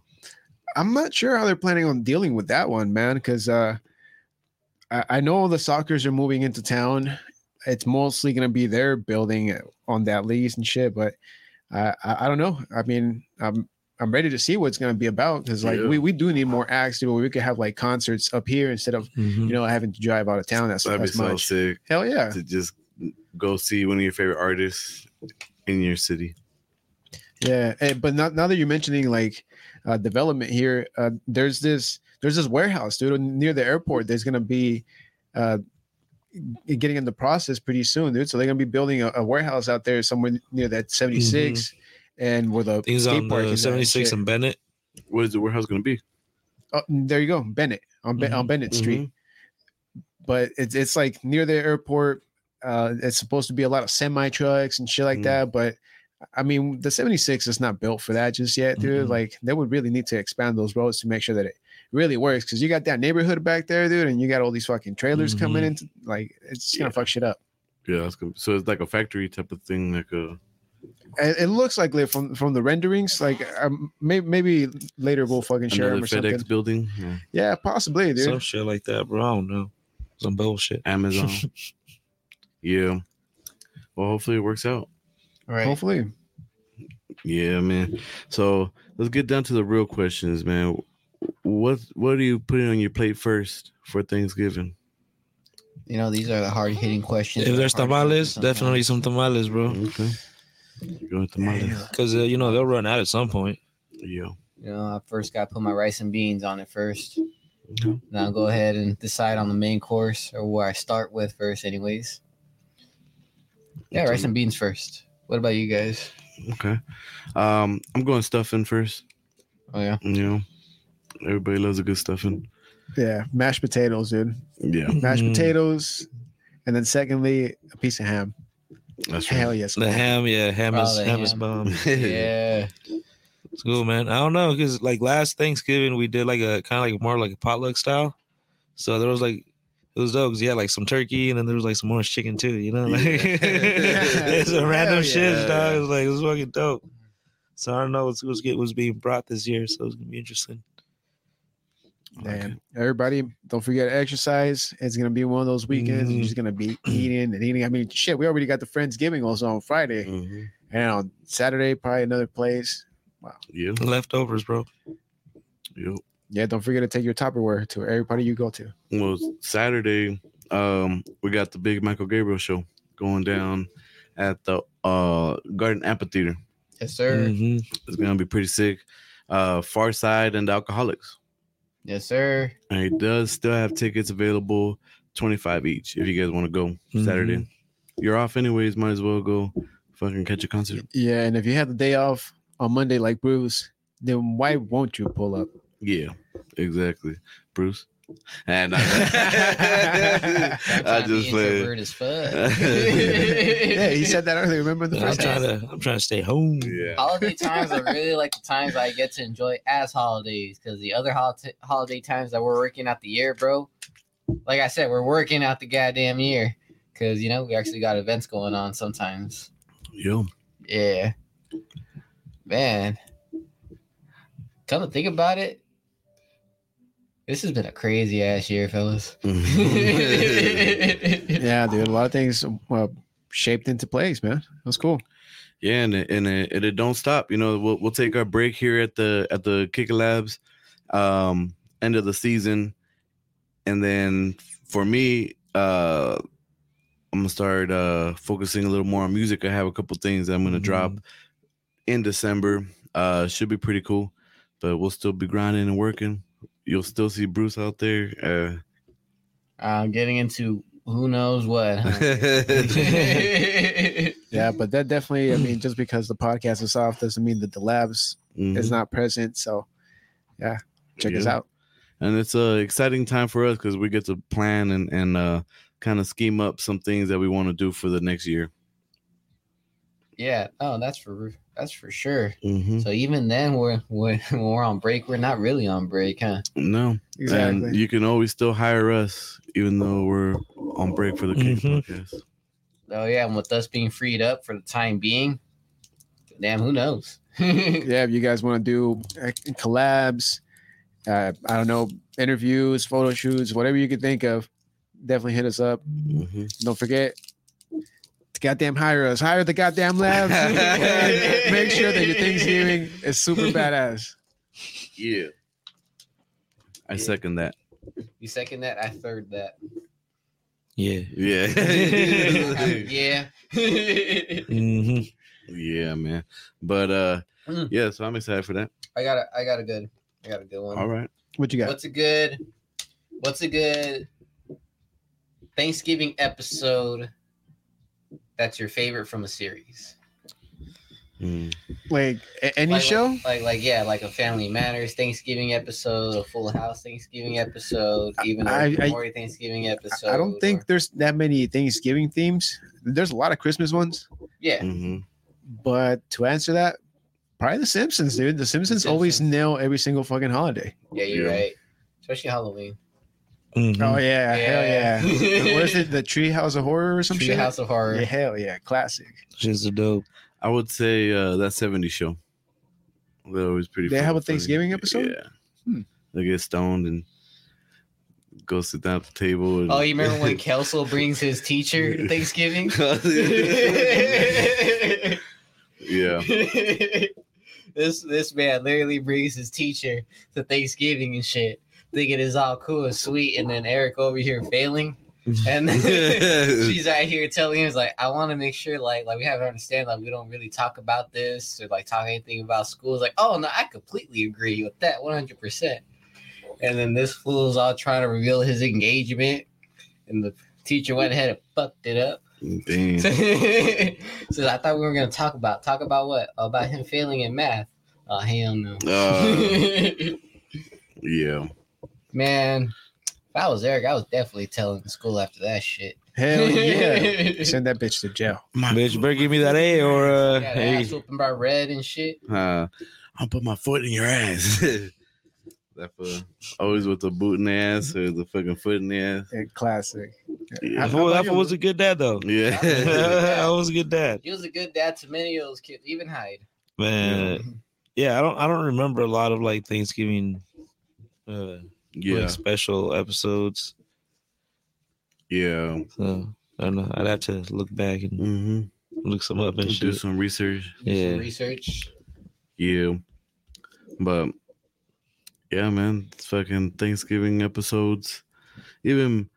I'm not sure how they're planning on dealing with that one, man, because uh, I, I know the Sockers are moving into town. It's mostly going to be their building on that lease and shit. But I, I, I don't know. I mean, I'm I'm ready to see what it's going to be about because like Yeah. we, we do need more acts where we could have like concerts up here instead of you know having to drive out of town. That's, Hmm. That'd be that's so much. sick Hell yeah. to just go see one of your favorite artists in your city. Yeah, and, but now, now that you're mentioning like uh, development here, uh, there's this there's this warehouse, dude, near the airport. There's gonna be uh, g- getting in the process pretty soon, dude. So they're gonna be building a, a warehouse out there somewhere near that 76, and with a Mm-hmm. Things on and um, the that 76 shit. and Bennett. What is the warehouse going to be? oh, there you go, Bennett on, Ben Mm-hmm, on Bennett Street. But it's it's like near the airport. Uh, it's supposed to be a lot of semi trucks and shit like Mhm. that, but I mean, the 76 is not built for that just yet, dude. Mm-hmm. Mhm. Like, they would really need to expand those roads to make sure that it really works because you got that neighborhood back there, dude, and you got all these fucking trailers coming Mhm. Mm-hmm. into like it's just gonna fuck shit up. Yeah, that's gonna, so it's like a factory type of thing, like a It, it looks like li- from from the renderings, like um, may, maybe later we'll fucking share another them or FedEx something. building, yeah. Yeah, possibly, dude. Some shit like that, bro. I don't know. Some bullshit. Amazon. yeah. Well, hopefully it works out. Right. Hopefully, Yeah, man. So let's get down to the real questions, man. What what are you putting on your plate first for Thanksgiving? You know, these are the hard hitting questions. If there's Hard hitting tamales, sometimes. definitely some tamales, bro. Okay. You're going to Mali. Because, uh, you know, they'll run out at some point. Yeah. You know, I first got to put my rice and beans on it first. Mm-hmm. Mhm. Then I'll go ahead and decide on the main course or where I start with first, anyways. Yeah, rice and beans first. What about you guys? Okay. Um, I'm going stuffing first. Oh yeah, You know, everybody loves a good stuffing. yeah, mashed potatoes, dude. Yeah, Mashed Mhm. potatoes, and then secondly, a piece of ham. that's Hell right. yes, The ham, yeah, ham Oh, is, the ham, is ham. bomb. yeah. It's cool, man. I don't know because like last Thanksgiving we did like a kind of like more like a potluck style. So there was like it was dope. 'cause you had like some turkey and then there was like some orange chicken too. You know, like it's a random Hell shit, yeah. dog. It was like it was fucking dope. So I don't know what's what's, get, what's being brought this year. So it's gonna be interesting. Like Damn. Everybody, don't forget to exercise. It's gonna be one of those weekends. You're Mm. just gonna be eating and eating. I mean, shit, we already got the Friendsgiving also on Friday. Mm. Mhm. And on Saturday, probably another place. Yeah. Leftovers, bro. Yep. Yeah, don't forget to take your Tupperware to every party you go to. Well, Saturday, um, we got the big Michael Gabriel show going down at the uh Garden Amphitheater. Yes, sir. hmm It's gonna be pretty sick. Uh, Far Side and the Alcoholics. Yes, sir. And he does still have tickets available, twenty five each. If you guys want to go Saturday, you're off anyways. Might as well go. Fucking catch a concert. Yeah, and if you have the day off on Monday, like Bruce, then why won't you pull up? Yeah, exactly, Bruce. And I Sometimes just he played. introvert as fuck. Yeah, he said that earlier. Remember the I'm first time? trying to I'm trying to stay home. Yeah. holiday times are really like the times I get to enjoy as holidays because the other hol- holiday times that we're working out the year, bro. Like I said, we're working out the goddamn year because you know we actually got events going on sometimes. Yeah. Yeah, man. Come to think about it, this has been a crazy ass year, fellas. Yeah, dude. A lot of things uh, shaped into place, man. That's cool. Yeah, and it- and it, and it don't stop. You know, we'll we'll take our break here at the at the Kicker Labs, um, end of the season, and then for me, uh, I'm gonna start uh focusing a little more on music. I have a couple things that I'm gonna drop in December. Uh, should be pretty cool, but we'll still be grinding and working. You'll still see Bruce out there. Uh, I'm getting into who knows what. huh? Yeah, but that definitely, I mean, just because the podcast is off doesn't mean that the labs is mhm. not present. So, yeah, check us Yeah. out. and it's a exciting time for us because we get to plan and and uh, kind of scheme up some things that we want to do for the next year. Yeah, oh, that's for that's for sure. Mm-hmm. So even then, we're when, when we're on break, we're not really on break, huh? No, and you can always still hire us, even though we're on break for the Kings Mhm. podcast. Oh yeah, and with us being freed up for the time being, damn, who knows? yeah, yeah, if you guys want to do uh, collabs, uh, I don't know, interviews, photo shoots, whatever you could think of, definitely hit us up. Mm-hmm. Mhm. Don't forget to goddamn hire us. Hire the goddamn labs. And make sure that your Thanksgiving is super badass. Yeah. I second that. You second that? I third that. Yeah. Yeah. yeah. hmm yeah, man. But uh Mm. yeah, so I'm excited for that. I got a I got a good I got a good one. All right. What you got? What's a good What's a good Thanksgiving episode that's your favorite from a series? Mm. Like a- any like, show? Like, like like, yeah, like a Family Matters Thanksgiving episode, a Full House Thanksgiving episode, even a I- I- Maury Thanksgiving episode. I don't think or- there's that many Thanksgiving themes. There's a lot of Christmas ones, yeah. Mm, Mhm. but to answer that, probably The Simpsons, dude. The Simpsons, always Simpsons. nail every single fucking holiday. Yeah, you're Yeah. right. Especially Halloween. Mm-hmm. Oh yeah, hell yeah. what is it? The Treehouse of Horror or some Tree shit? House of Horror. Yeah, hell yeah, classic. Just a dope. I would say uh that 70s show. That was pretty They fucking have a funny. Thanksgiving episode? Yeah. Hmm. They get stoned and go sit down at the table. And Oh, you remember when Kelso brings his teacher to Thanksgiving? yeah. this this man literally brings his teacher to Thanksgiving and shit, thinking it's all cool and sweet, and then Eric over here failing, and she's out here telling him like, I want to make sure like like we have to understand like we don't really talk about this or like talk anything about school. It's like, oh no, I completely agree with that one hundred percent. And then this fool's all trying to reveal his engagement, and the teacher went ahead and fucked it up. Damn. Says I thought we were gonna talk about talk about what about him failing in math. Oh hell no, Uh, yeah. man. If I was Eric, I was definitely telling the school after that shit. Hell yeah. Send that bitch to jail. Bitch, you better give me that A or uh, Got hey, ass whooping by red and shit. Uh, I'll put my foot in your ass. that fool always with the boot in the ass or the fucking foot in the ass. Yeah, classic. How- that Yeah. how fool- about that you? fool was a good dad though. Yeah. I was a good dad, He was a good dad to many of those kids, even Hyde. man. Yeah, I don't, I don't remember a lot of like Thanksgiving, uh, yeah. like special episodes. Yeah. So I don't know. I'd have to look back and Mm-hmm. look some up and Do shit. some research. Do Yeah. some research. Yeah. But yeah, man. It's fucking Thanksgiving episodes. Even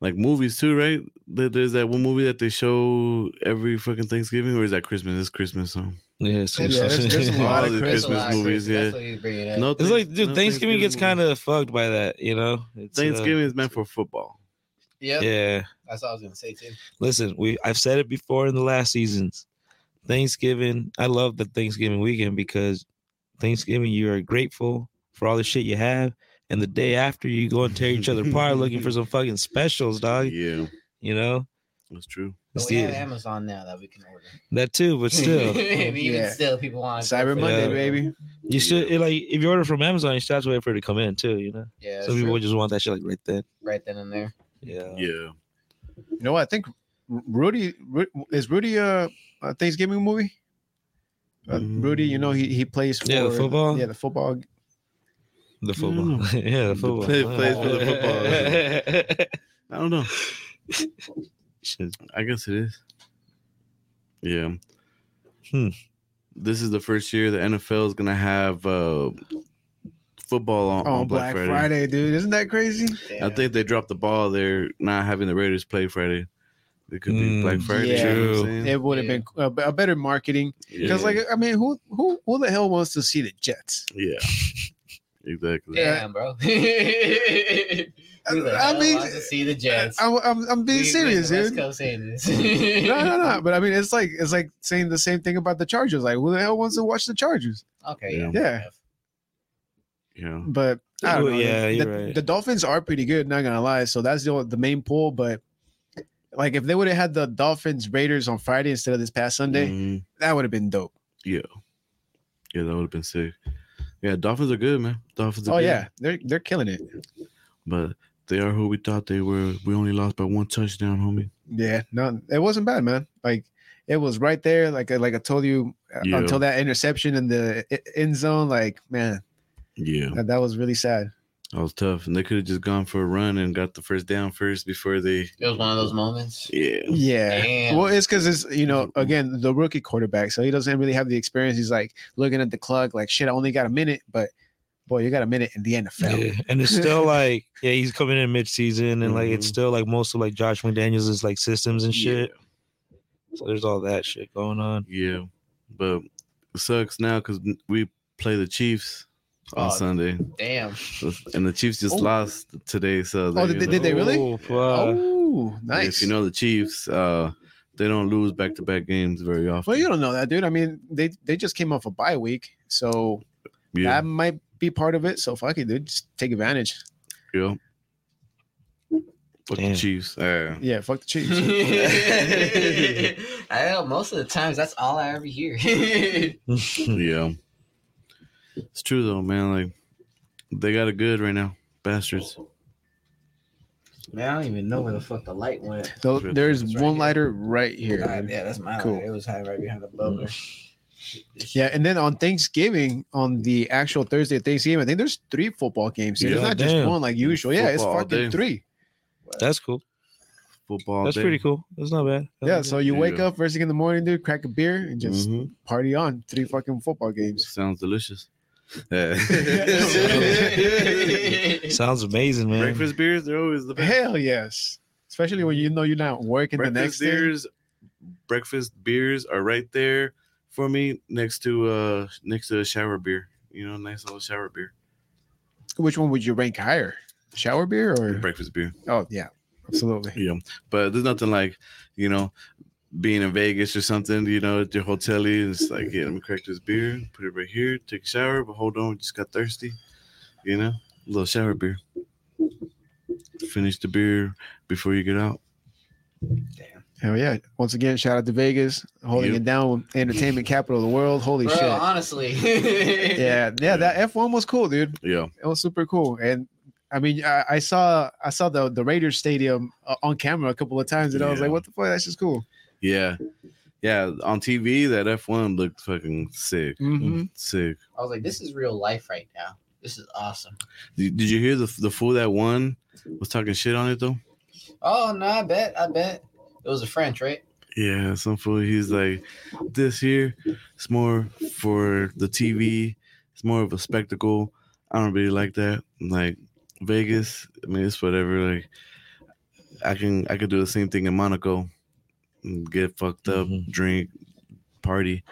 like movies too, right? There- There's that one movie that they show every fucking Thanksgiving, or is that Christmas? It's Christmas, huh? Yeah, so- Yeah, there's- there's a lot of All the Christmas Christmas movies, yeah. That's what he's bringing up. No, It's like, no dude, Thanksgiving gets movie. kind of fucked by that, you know. It's, uh, Thanksgiving is meant for football. Yep, yeah. that's what I was gonna say too. Listen, we I've said it before in the last seasons. Thanksgiving, I love the Thanksgiving weekend because Thanksgiving you are grateful for all the shit you have, and the day after you go and tear each other apart looking for some fucking specials, dog. Yeah, You know, that's true. But It's we have the- Amazon now that we can order. that too. But still, and even Yeah. still, people want to go Cyber for Monday, Yeah. that. baby. you should it, like if you order from Amazon, you should have to wait for it to come in too. You know, Yeah, some that's people true. just want that shit like right then. right then and there. Yeah. Yeah, You know what? I think Ru- Rudy Ru- is Rudy a, a Thanksgiving movie? Uh, Rudy, you know he, he plays for Yeah, the football? Yeah, the football. The football. yeah, the football. Mm. play- plays for the football. I don't know. I guess it is. Yeah. Hmm. This is the first year the NFL is gonna have uh, football on, Oh, on Black Friday. dude. Isn't that crazy? I think they dropped the ball. They're not having the Raiders play Friday. It could be Black Mm, Friday. yeah. you know what I'm saying? It would have Yeah. been a, a better marketing because, yeah. like, I mean, who who who the hell wants to see the Jets? yeah, exactly. Damn, bro. I, I mean, to see the Jets. I, am I'm being We- we in serious, the West dude. Coast saying this. No, no, no. But I mean, it's like it's like saying the same thing about the Chargers. Like, who the hell wants to watch the Chargers? Okay, Yeah. yeah. Yeah. Yeah, But I don't Well, know. yeah, the, you're the- right. the Dolphins are pretty good, not gonna lie. So that's the the main pull. But like, if they would have had the Dolphins Raiders on Friday instead of this past Sunday, Mm. Mhm. that would have been dope. yeah, that would have been sick. Yeah, Dolphins are good, man. Dolphins. Are Oh good. yeah, they're they're killing it. but they are who we thought they were. We only lost by one touchdown, homie. Yeah, no, it wasn't bad, man. Like it was right there. Like I- like I told you uh, Yeah. until that interception in the e- end zone. Like man, Yeah, that, that was really sad. That was tough, and they could have just gone for a run and got the first down first before they. It was one of those moments. Yeah. Yeah. Damn. Well, it's because it's you Mm-hmm. know again the rookie quarterback, so he doesn't really have the experience. He's like looking at the clock, like shit, I only got a minute, but boy, you got a minute in the NFL. Yeah, and it's still like yeah, he's coming in mid season and like Mm-hmm. it's still like most of like Josh McDaniels' like systems and shit. So there's all that shit going on. Yeah, but it sucks now because we play the Chiefs on Oh. Sunday, uh, Damn. and the Chiefs just Oh. lost today. So Oh, did- you did they know, really? Oh, fuck. Oh, nice. If you know the Chiefs, uh, they don't lose back to back games very often. well, you don't know that, dude. I mean, they they just came off a bye week, so yeah, that might be part of it. So fuck it, dude. Just take advantage. yeah. Fuck the Damn. Chiefs. Uh, Yeah, fuck the Chiefs. I know most of the times that's all I ever hear. Mm. yeah, it's true though, man. Like they got it good right now, bastards. Man, I don't even know where the fuck the light went. so True. there's It's right one here. lighter right here. God, dude. yeah, that's my Cool. Mm. light. It was hiding right behind the bubbler. Yeah, and then on Thanksgiving, on the actual Thursday of Thanksgiving, I think there's three football games. Here. It's Yeah. not just Damn. one like usual. Yeah, it's Football all fucking day. three. That's cool. Football. That's day. pretty cool. That's not bad. That's Oh, Yeah, not so you Yeah. wake up first thing in the morning, dude, crack a beer and just Mhm. party on. Three fucking football games. Sounds delicious. Yeah. bad. sounds amazing, man. Breakfast beers, they're always the best. Hell yes. Especially when you know you're not working the next breakfast day. beers, breakfast beers are right there for me next to uh next to a shower beer. You know, nice little shower beer, Which one would you rank higher? Shower beer or breakfast beer. oh yeah, absolutely. Yeah, but there's nothing like you know being in Vegas or something. You know, at your hotel, it's like yeah, let me crack this beer, put it right here, take a shower. But hold on, just got thirsty. You know, a little shower beer. Finish the beer before you get out. Hell yeah. Once again, shout out to Vegas, holding Yep. it down entertainment capital of the world. Holy Bro, shit. honestly. Yeah, yeah, that F1 was cool, dude. Yeah, it was super cool and i mean i, I saw i saw the the raiders stadium uh, on camera a couple of times and i was Yeah. like what the fuck that's just cool yeah, yeah. On TV, that F1 looked fucking sick, Mhm. sick. I was like, this is real life right now. This is awesome. Did did you hear the the fool that won was talking shit on it though? Oh no, I bet, I bet. It was a French, right? Yeah, some fool. He's like, this here, it's more for the TV. It's more of a spectacle. I don't really like that. Like Vegas, I mean, it's whatever. Like I can I could do the same thing in Monaco, get fucked up, Mhm. drink, party.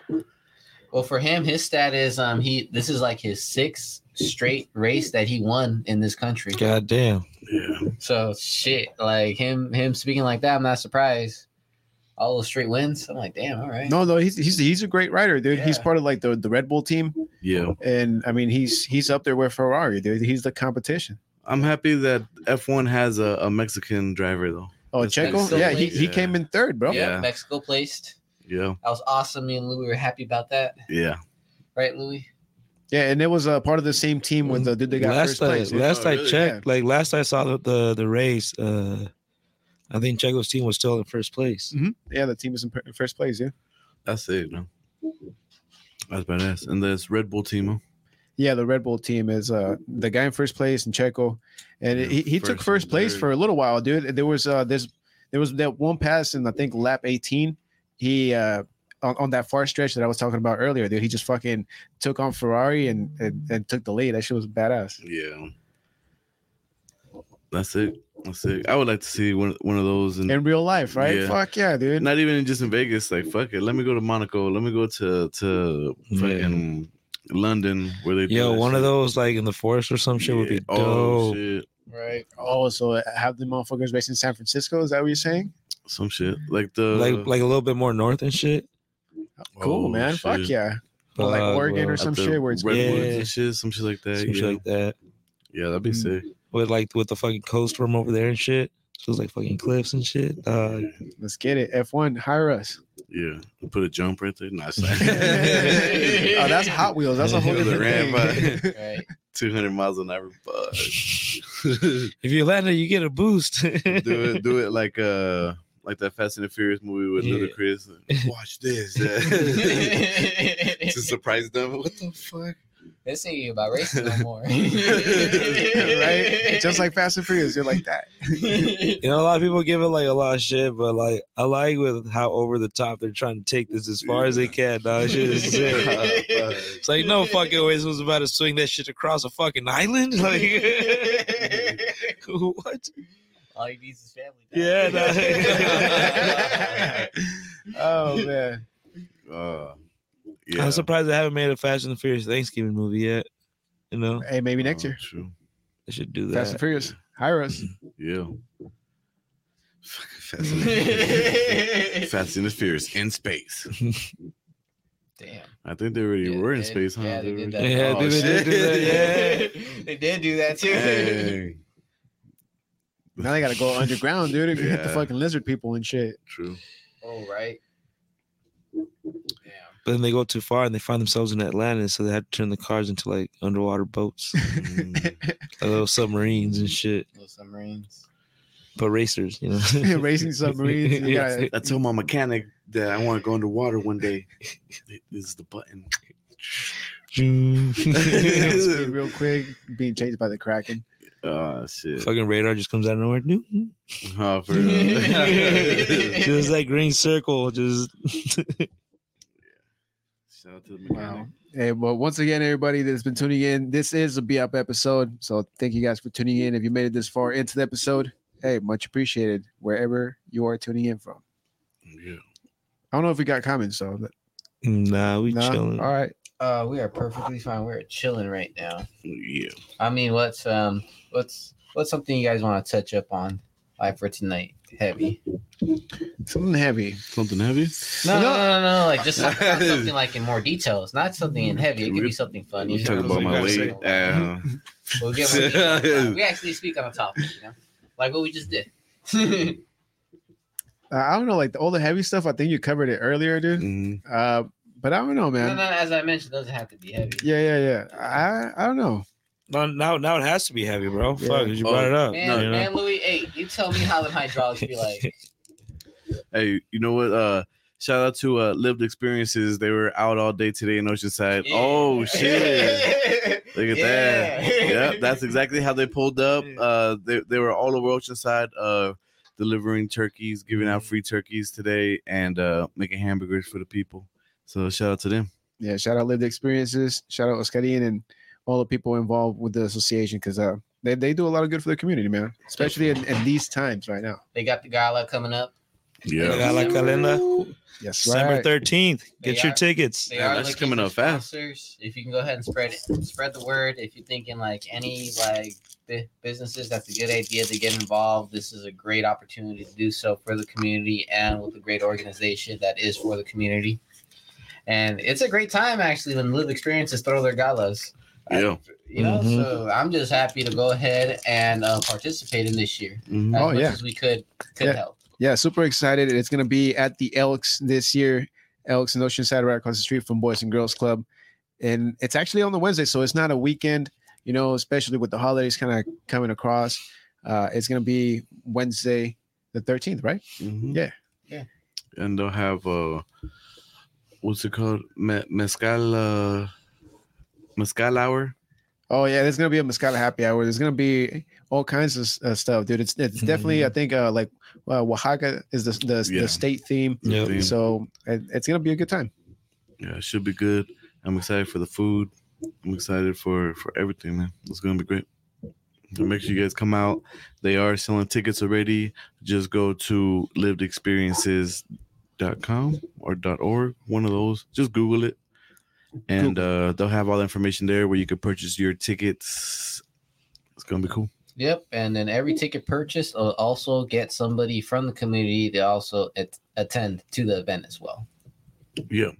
Well, for him, his stat is um he this is like his sixth straight race that he won in this country. God damn. Yeah, So shit, like him him speaking like that, I'm not surprised. All those straight wins. I'm like, damn, all right. no no he's, he's he's a great rider dude he's Yeah. part of like the the red bull team yeah. and i mean he's he's up there with ferrari dude he's the competition I'm happy that F1 has a, a Mexican driver though. oh That's checo excellent. yeah he, he Yeah. came in third bro yeah, Yeah. Mexico placed. Yeah, That was awesome. Me and Louis were happy about that, yeah. right, Louis? yeah and it was uh, part of the same team with the dude that got last first I, place dude. last Oh, I really? checked, like last I saw the the, the race, uh, I think Checo's team was still in first place. Mhm. yeah the team is in per- first place yeah That's it, no. That's badass. And this Red Bull team. huh? yeah the red bull team is uh the guy in first place and checo and Yeah, he, he took first first and place third. for a little while dude there was uh this there was that one pass in i think lap 18 he uh on, on that far stretch that i was talking about earlier dude he just fucking took on ferrari and and, and took the lead that shit was badass Yeah. That's it. That's it. I would like to see one one of those and in real life right Yeah. fuck yeah dude not even just in Vegas. Like fuck it. Let me go to Monaco. Let me go to to Yeah. fucking London where they do Yo, that one of shit. those like in the forest or some shit would Yeah. be dope. Oh, shit. Right. oh so have the motherfuckers based in san francisco is that what you're saying Some shit. Like the like like a little bit more north and shit. cool Oh, man fuck shit. yeah Or like Fuck, Oregon bro. or some At the shit where it's Redwoods Yeah. and shit, some shit like that. some yeah. shit like that. yeah, that'd be Mm. sick. With like with the fucking coast from over there and shit. So it's like fucking cliffs and shit. Uh, let's get it f1 hire us Yeah. Put a jump right there. Nice. oh that's hot wheels that's a whole The different thing ramp, uh, Right. 200 miles an hour. Fuck. if you land it, you get a boost. do it do it like uh like that Fast and the Furious movie with Yeah. Ludacris. Watch this. to surprise them. What the fuck? This ain't about race no more. right? Just like Fast and Furious, you're like that. You know, a lot of people give it like a lot of shit, but like I like with how over the top they're trying to take this as far as they can. Dog. Shit is sick. It's like no fucking way someone's about to swing that shit across a fucking island. Like what? All he needs is family. dog. Yeah, nah. oh man. Uh, yeah. I'm surprised they haven't made a Fast and the Furious Thanksgiving movie yet. You know, Hey, maybe next Oh, year. True. they should do Fast Oh, that. and Furious. Hire us. Yeah. Fast and the- Fast and the Furious in space. Damn. I think they already Yeah, were in they- space, huh? yeah, they did that. Yeah, Oh, dude, they did shit. do that. Yeah. they did do that too. Dang. Now they gotta go underground, dude. You hit the Yeah. fucking lizard people and shit. True. Oh right. Damn. But then they go too far and they find themselves in Atlantis, so they had to turn the cars into like underwater boats, Mm. like little submarines and shit, Little submarines. but racers, you know. Racing submarines. and You gotta, I told my mechanic that I want to go underwater one day. This is the button. speed real quick, being chased by the Kraken. Oh shit. Fucking radar just comes out of nowhere. Newton. Oh, for real. just that green circle, just Shout out to the Wow. Hey, well, once again, everybody that's been tuning in, this is a Be Up episode. So thank you guys for tuning in. If you made it this far into the episode, hey, much appreciated wherever you are tuning in from. Yeah. I don't know if we got comments, so but- nah, we nah? chilling. All right. Uh, we are perfectly fine. We're chilling right now. Yeah. I mean, what's um, what's what's something you guys want to touch up on, like for tonight? Heavy. Something heavy. Something heavy? No, no, no, no. no, Like just like, not something like in more details. Not something in heavy. It could be something funny. You talk about my weight. Uh, We'll get more- we actually speak on a topic, you know, like what we just did. Uh, I don't know, like the, all the heavy stuff. I think you covered it earlier, dude. mm, Uh, but I don't know, No, man. no, as I mentioned, it doesn't have to be heavy. Yeah, yeah, yeah. I I don't know. Now, now, now it has to be heavy, bro. Yeah. Fuck, 'cause you Oh, brought it up. Man, you know? man, Louis, hey, you tell me how the hydraulics be like. hey, you know what? Uh, shout out to uh, Lived Experiences. They were out all day today in Oceanside. Oh, shit. Look at that. Yeah. Yeah, that's exactly how they pulled up. Uh, they, they were all over Oceanside uh, delivering turkeys, giving out free turkeys today, and uh, making hamburgers for the people. So shout out to them. Yeah, shout out lived experiences. Shout out Oscarin and all the people involved with the association because uh, they they do a lot of good for the community, man. Especially in, in these times right now. They got the gala coming up. Yeah, like Kalenda, Yes, December right. thirteenth. They Get your are- tickets. They Yeah, are that's looking coming for up fast. Sponsors. If you can go ahead and spread it, spread the word. If you're thinking like any like bu- businesses, that's a good idea to get involved. This is a great opportunity to do so for the community and with a great organization that is for the community. And it's a great time actually when live experiences throw their galas. Yeah. You know, Mm-hmm. Mhm. so I'm just happy to go ahead and uh, participate in this year Mhm. as Oh, much yeah. as we could could Yeah. help. Yeah, super excited. It's gonna be at the Elks this year. Elks in Oceanside, right across the street from Boys and Girls Club, and it's actually on the Wednesday, so it's not a weekend. You know, especially with the holidays kind of coming across, uh, it's gonna be Wednesday, the thirteenth, right? Mhm. Yeah. Yeah. And they'll have uh, what's it called? Me- mezcal uh, mezcal hour. Oh yeah, there's gonna be a Moscato happy hour. There's gonna be all kinds of uh, stuff, dude. It's it's definitely I think uh, like uh, Oaxaca is the the, Mm-hmm. Yeah. the state theme, Yep. Theme. so it, it's gonna be a good time. Yeah, it should be good. I'm excited for the food. I'm excited for for everything, man. It's gonna be great. So make sure you guys come out. They are selling tickets already. Just go to livedexperiences.com or .org, one of those. Just Google it, and uh, they'll have all the information there where you can purchase your tickets. It's gonna be cool. Yep, and then every ticket purchased will also get somebody from the community to also at- attend to the event as well. Yeah.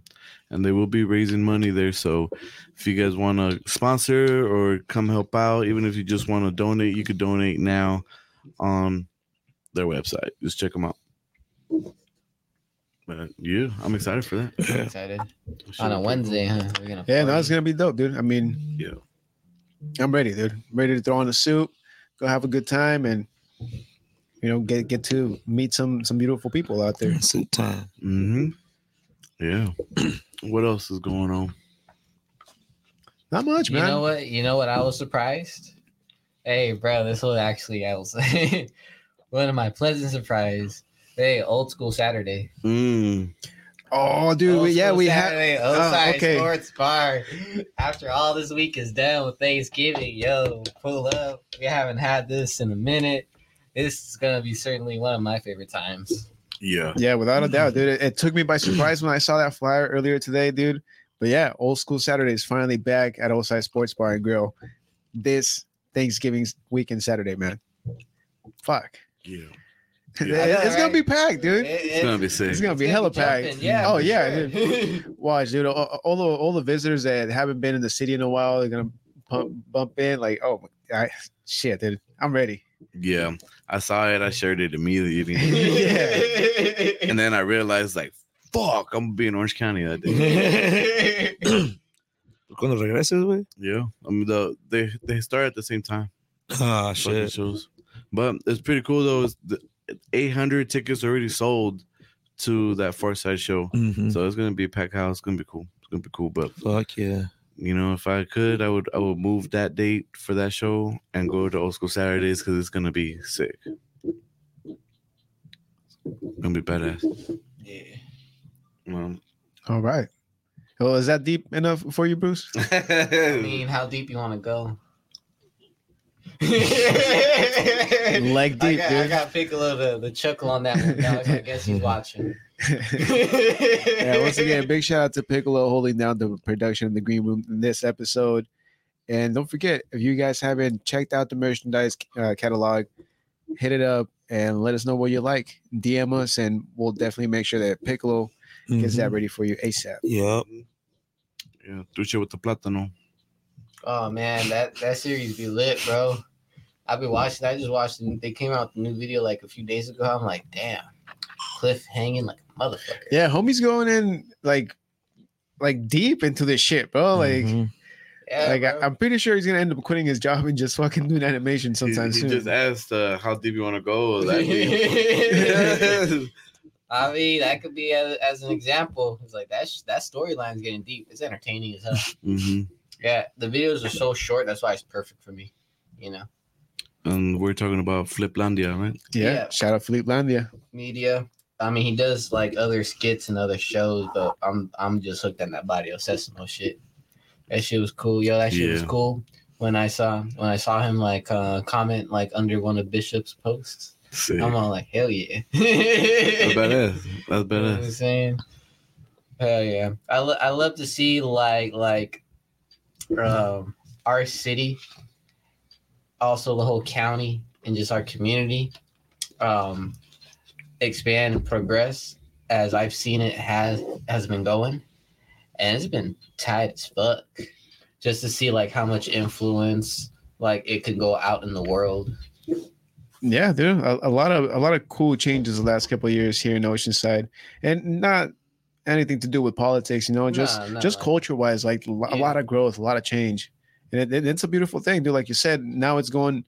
And they will be raising money there. So if you guys want to sponsor or come help out, even if you just want to donate, you could donate now on their website. Just check them out. But yeah, I'm excited for that. I'm excited on a Wednesday, huh? We're gonna Yeah, no, party. it's gonna be dope, dude. I mean, Yeah. I'm ready, dude. I'm ready to throw on a suit, go have a good time, and you know get get to meet some some beautiful people out there. Suit time. Mm-hmm. Yeah. what else is going on? Not much, You man. know what? You know what? I was surprised. Hey, bro, this was actually I was one of my pleasant surprise. Hey, old school Saturday. Mm. oh, dude, Old we, yeah, School we had. Saturday, oh, Osai okay. Sports Bar. After all this week is done with Thanksgiving, yo, pull up. We haven't had this in a minute. This is gonna be certainly one of my favorite times. Yeah. Yeah, without a doubt, dude. It, it took me by surprise when I saw that flyer earlier today, dude. But yeah, old school Saturday is finally back at Osai Sports Bar and Grill this Thanksgiving's weekend Saturday, man. Fuck. Yeah. It- Yeah. it's gonna be packed, dude. It- It's gonna be sick. It's gonna be hella packed. jumping, Yeah. oh for yeah, sure. watch, dude. All, all the all the visitors that haven't been in the city in a while, they're gonna pump, bump in. Like, oh, I, shit, dude, I'm ready. Yeah, I saw it. I shared it immediately, and then I realized like, fuck, I'm gonna be in Orange County that day. Cuando regreses, güey. Yeah, I mean the they they start at the same time. Oh fucking shit. shows. But it's pretty cool though. It's the 800 tickets already sold to that Far Side show, Mhm. so it's gonna be a packed house. It's gonna be cool. It's gonna be cool. But Fuck yeah. you know, if I could, I would I would move that date for that show and go to Old School Saturdays because it's gonna be sick. Gonna be badass. Yeah. Um, All right. Well, Oh, is that deep enough for you, Bruce? I mean, how deep you want to go? Leg deep, I got, I dude. got Piccolo the, the chuckle on that one. dog. I guess he's watching. yeah, yeah, once again, big shout out to Piccolo holding down the production of the Green Room in this episode. And don't forget, if you guys haven't checked out the merchandise uh, catalog, hit it up and let us know what you like. DM us, and we'll definitely make sure that Piccolo gets that Mm-hmm. Mhm. ready for you ASAP. Yup. yeah, Duche with the plátano. Oh man, that that series be lit, bro. I've been watching. I just watched. the- They came out with a new video like a few days ago. I'm like, damn, Cliff hanging like a motherfucker. Yeah, homie's going in like, like deep into this shit, bro. Like, Mhm. Yeah, like bro. I, am pretty sure he's gonna end up quitting his job and just fucking doing animation He, sometime he soon. just asked, uh, "How deep you want to go?" That deep. I mean, that could be as, as an example. It's like that sh- that storyline's getting deep. It's entertaining as hell. Mhm. yeah, the videos are so short. That's why it's perfect for me. You know, And we're talking about Fliplandia, right? yeah. yeah. shout out Philippe Landia. media. I mean, he does like other skits and other shows, but I'm I'm just hooked on that Barrio Sesame shit. That shit was cool, yo. That shit was Yeah. cool. When I saw when I saw him like uh, comment like under one of Bishop's posts, Sick. I'm all like, hell yeah. That's badass. You That's know what I'm badass. saying? Hell yeah. I, lo- I love to see like like um our city, also the whole county and just our community um expand and progress as I've seen it has has been going. And it's been tight as fuck. Just to see like how much influence like it could go out in the world. Yeah, dude, a, a lot of a lot of cool changes the last couple of years here in Oceanside, and not anything to do with politics, you know, just Nah, nah, just nah. culture wise, like lo- a Yeah. lot of growth, a lot of change, and it, it- it's a beautiful thing, dude. Like you said, now it's going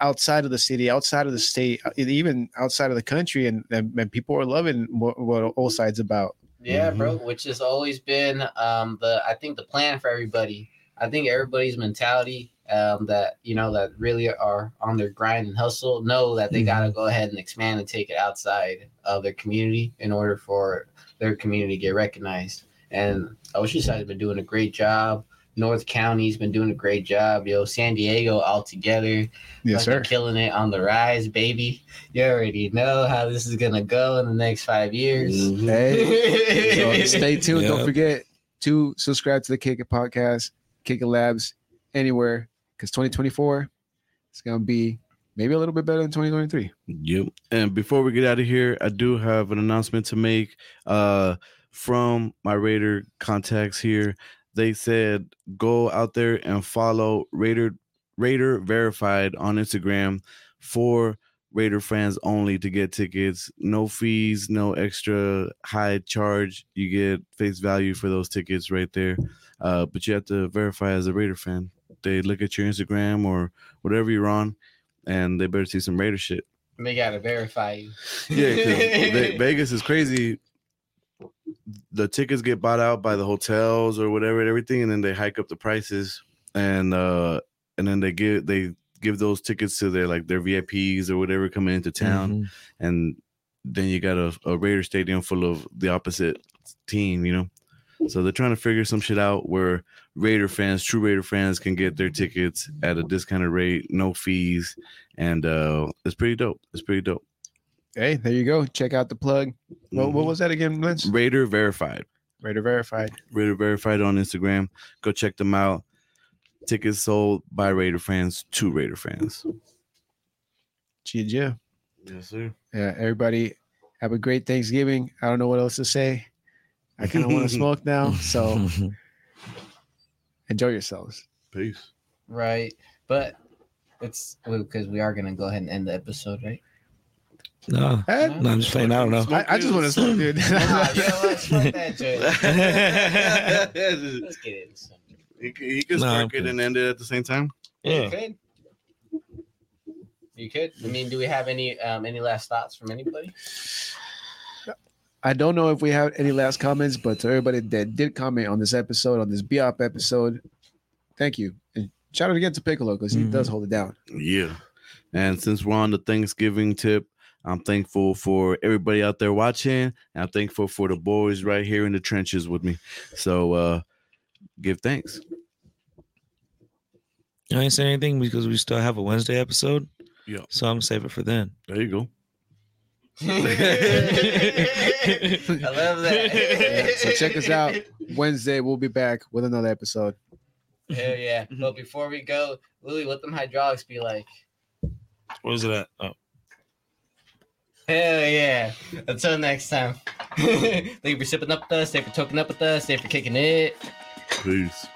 outside of the city, outside of the state, and even outside of the country, and and, and people are loving what, what all sides about. Yeah, Mm-hmm. bro, which has always been um the I think the plan for everybody. I think everybody's mentality um that you know that really are on their grind and hustle know that they got to Mm-hmm. go ahead and expand and take it outside of their community in order for their community to get recognized. And Oceanside's been doing a great job. North County's been doing a great job, yo. San Diego all together Yes, fucking sir. Killing it on the rise, baby. You already know how this is gonna go in the next five Mm-hmm. years. So stay tuned. Don't Yeah. forget to subscribe to the Kick It Podcast, Kick It Labs, anywhere, because 2024 is going to be maybe a little bit better than 2023. Yep. And before we get out of here, I do have an announcement to make uh, from my Raider contacts here. They said go out there and follow Raider Raider Verified on Instagram for Raider fans only to get tickets. No fees, no extra high charge. You get face value for those tickets right there. Uh, but you have to verify as a Raider fan. They look at your Instagram or whatever you're on, and they better see some Raider shit. They gotta verify you. Yeah, 'cause Ve- Vegas is crazy. the tickets get bought out by the hotels or whatever and everything, and then they hike up the prices and uh and then they give they give those tickets to their like their VIPs or whatever coming into town, Mhm. and then you got a, a Raider stadium full of the opposite team, you know. So they're trying to figure some shit out where Raider fans, true Raider fans, can get their tickets at a discounted rate, no fees, and uh it's pretty dope. It's pretty dope. Hey, there you go. Check out the plug. Well, what Mhm. was that again, Lynch? Raider verified? Raider verified. Raider verified on Instagram. Go check them out. Tickets sold by Raider fans to Raider fans. GG. Yes, sir. Yeah, everybody have a great Thanksgiving. I don't know what else to say. I kind of want to smoke now, so enjoy yourselves. Peace. Right. But it's because we are going to go ahead and end the episode, right? no, Eh, no, I'm just playing. I don't know. I, I just want to smoke, dude. Nah, you know what? Fuck that joint. he, Let's get it. could- he could Nah, start I'm it good. and end it at the same time. Yeah. You could. You could. I mean, do we have any um, any last thoughts from anybody? I don't know if we have any last comments, but to everybody that did comment on this episode, on this BOP episode, thank you. And shout out again to Piccolo because he Mhm. does hold it down. Yeah. And since we're on the Thanksgiving tip, I'm thankful for everybody out there watching. And I'm thankful for the boys right here in the trenches with me. So uh give thanks. I ain't saying anything because we still have a Wednesday episode. Yeah. So I'm gonna save it for then. There you go. I love that. Yeah, so check us out. Wednesday, we'll be back with another episode. Hell yeah. But before we go, Louie, what them hydraulics be like? Where was it at? Oh. Hell yeah. Until next time. Thank you for sipping up with us. Thank you for toking up with us. Thank you for kicking it. Peace.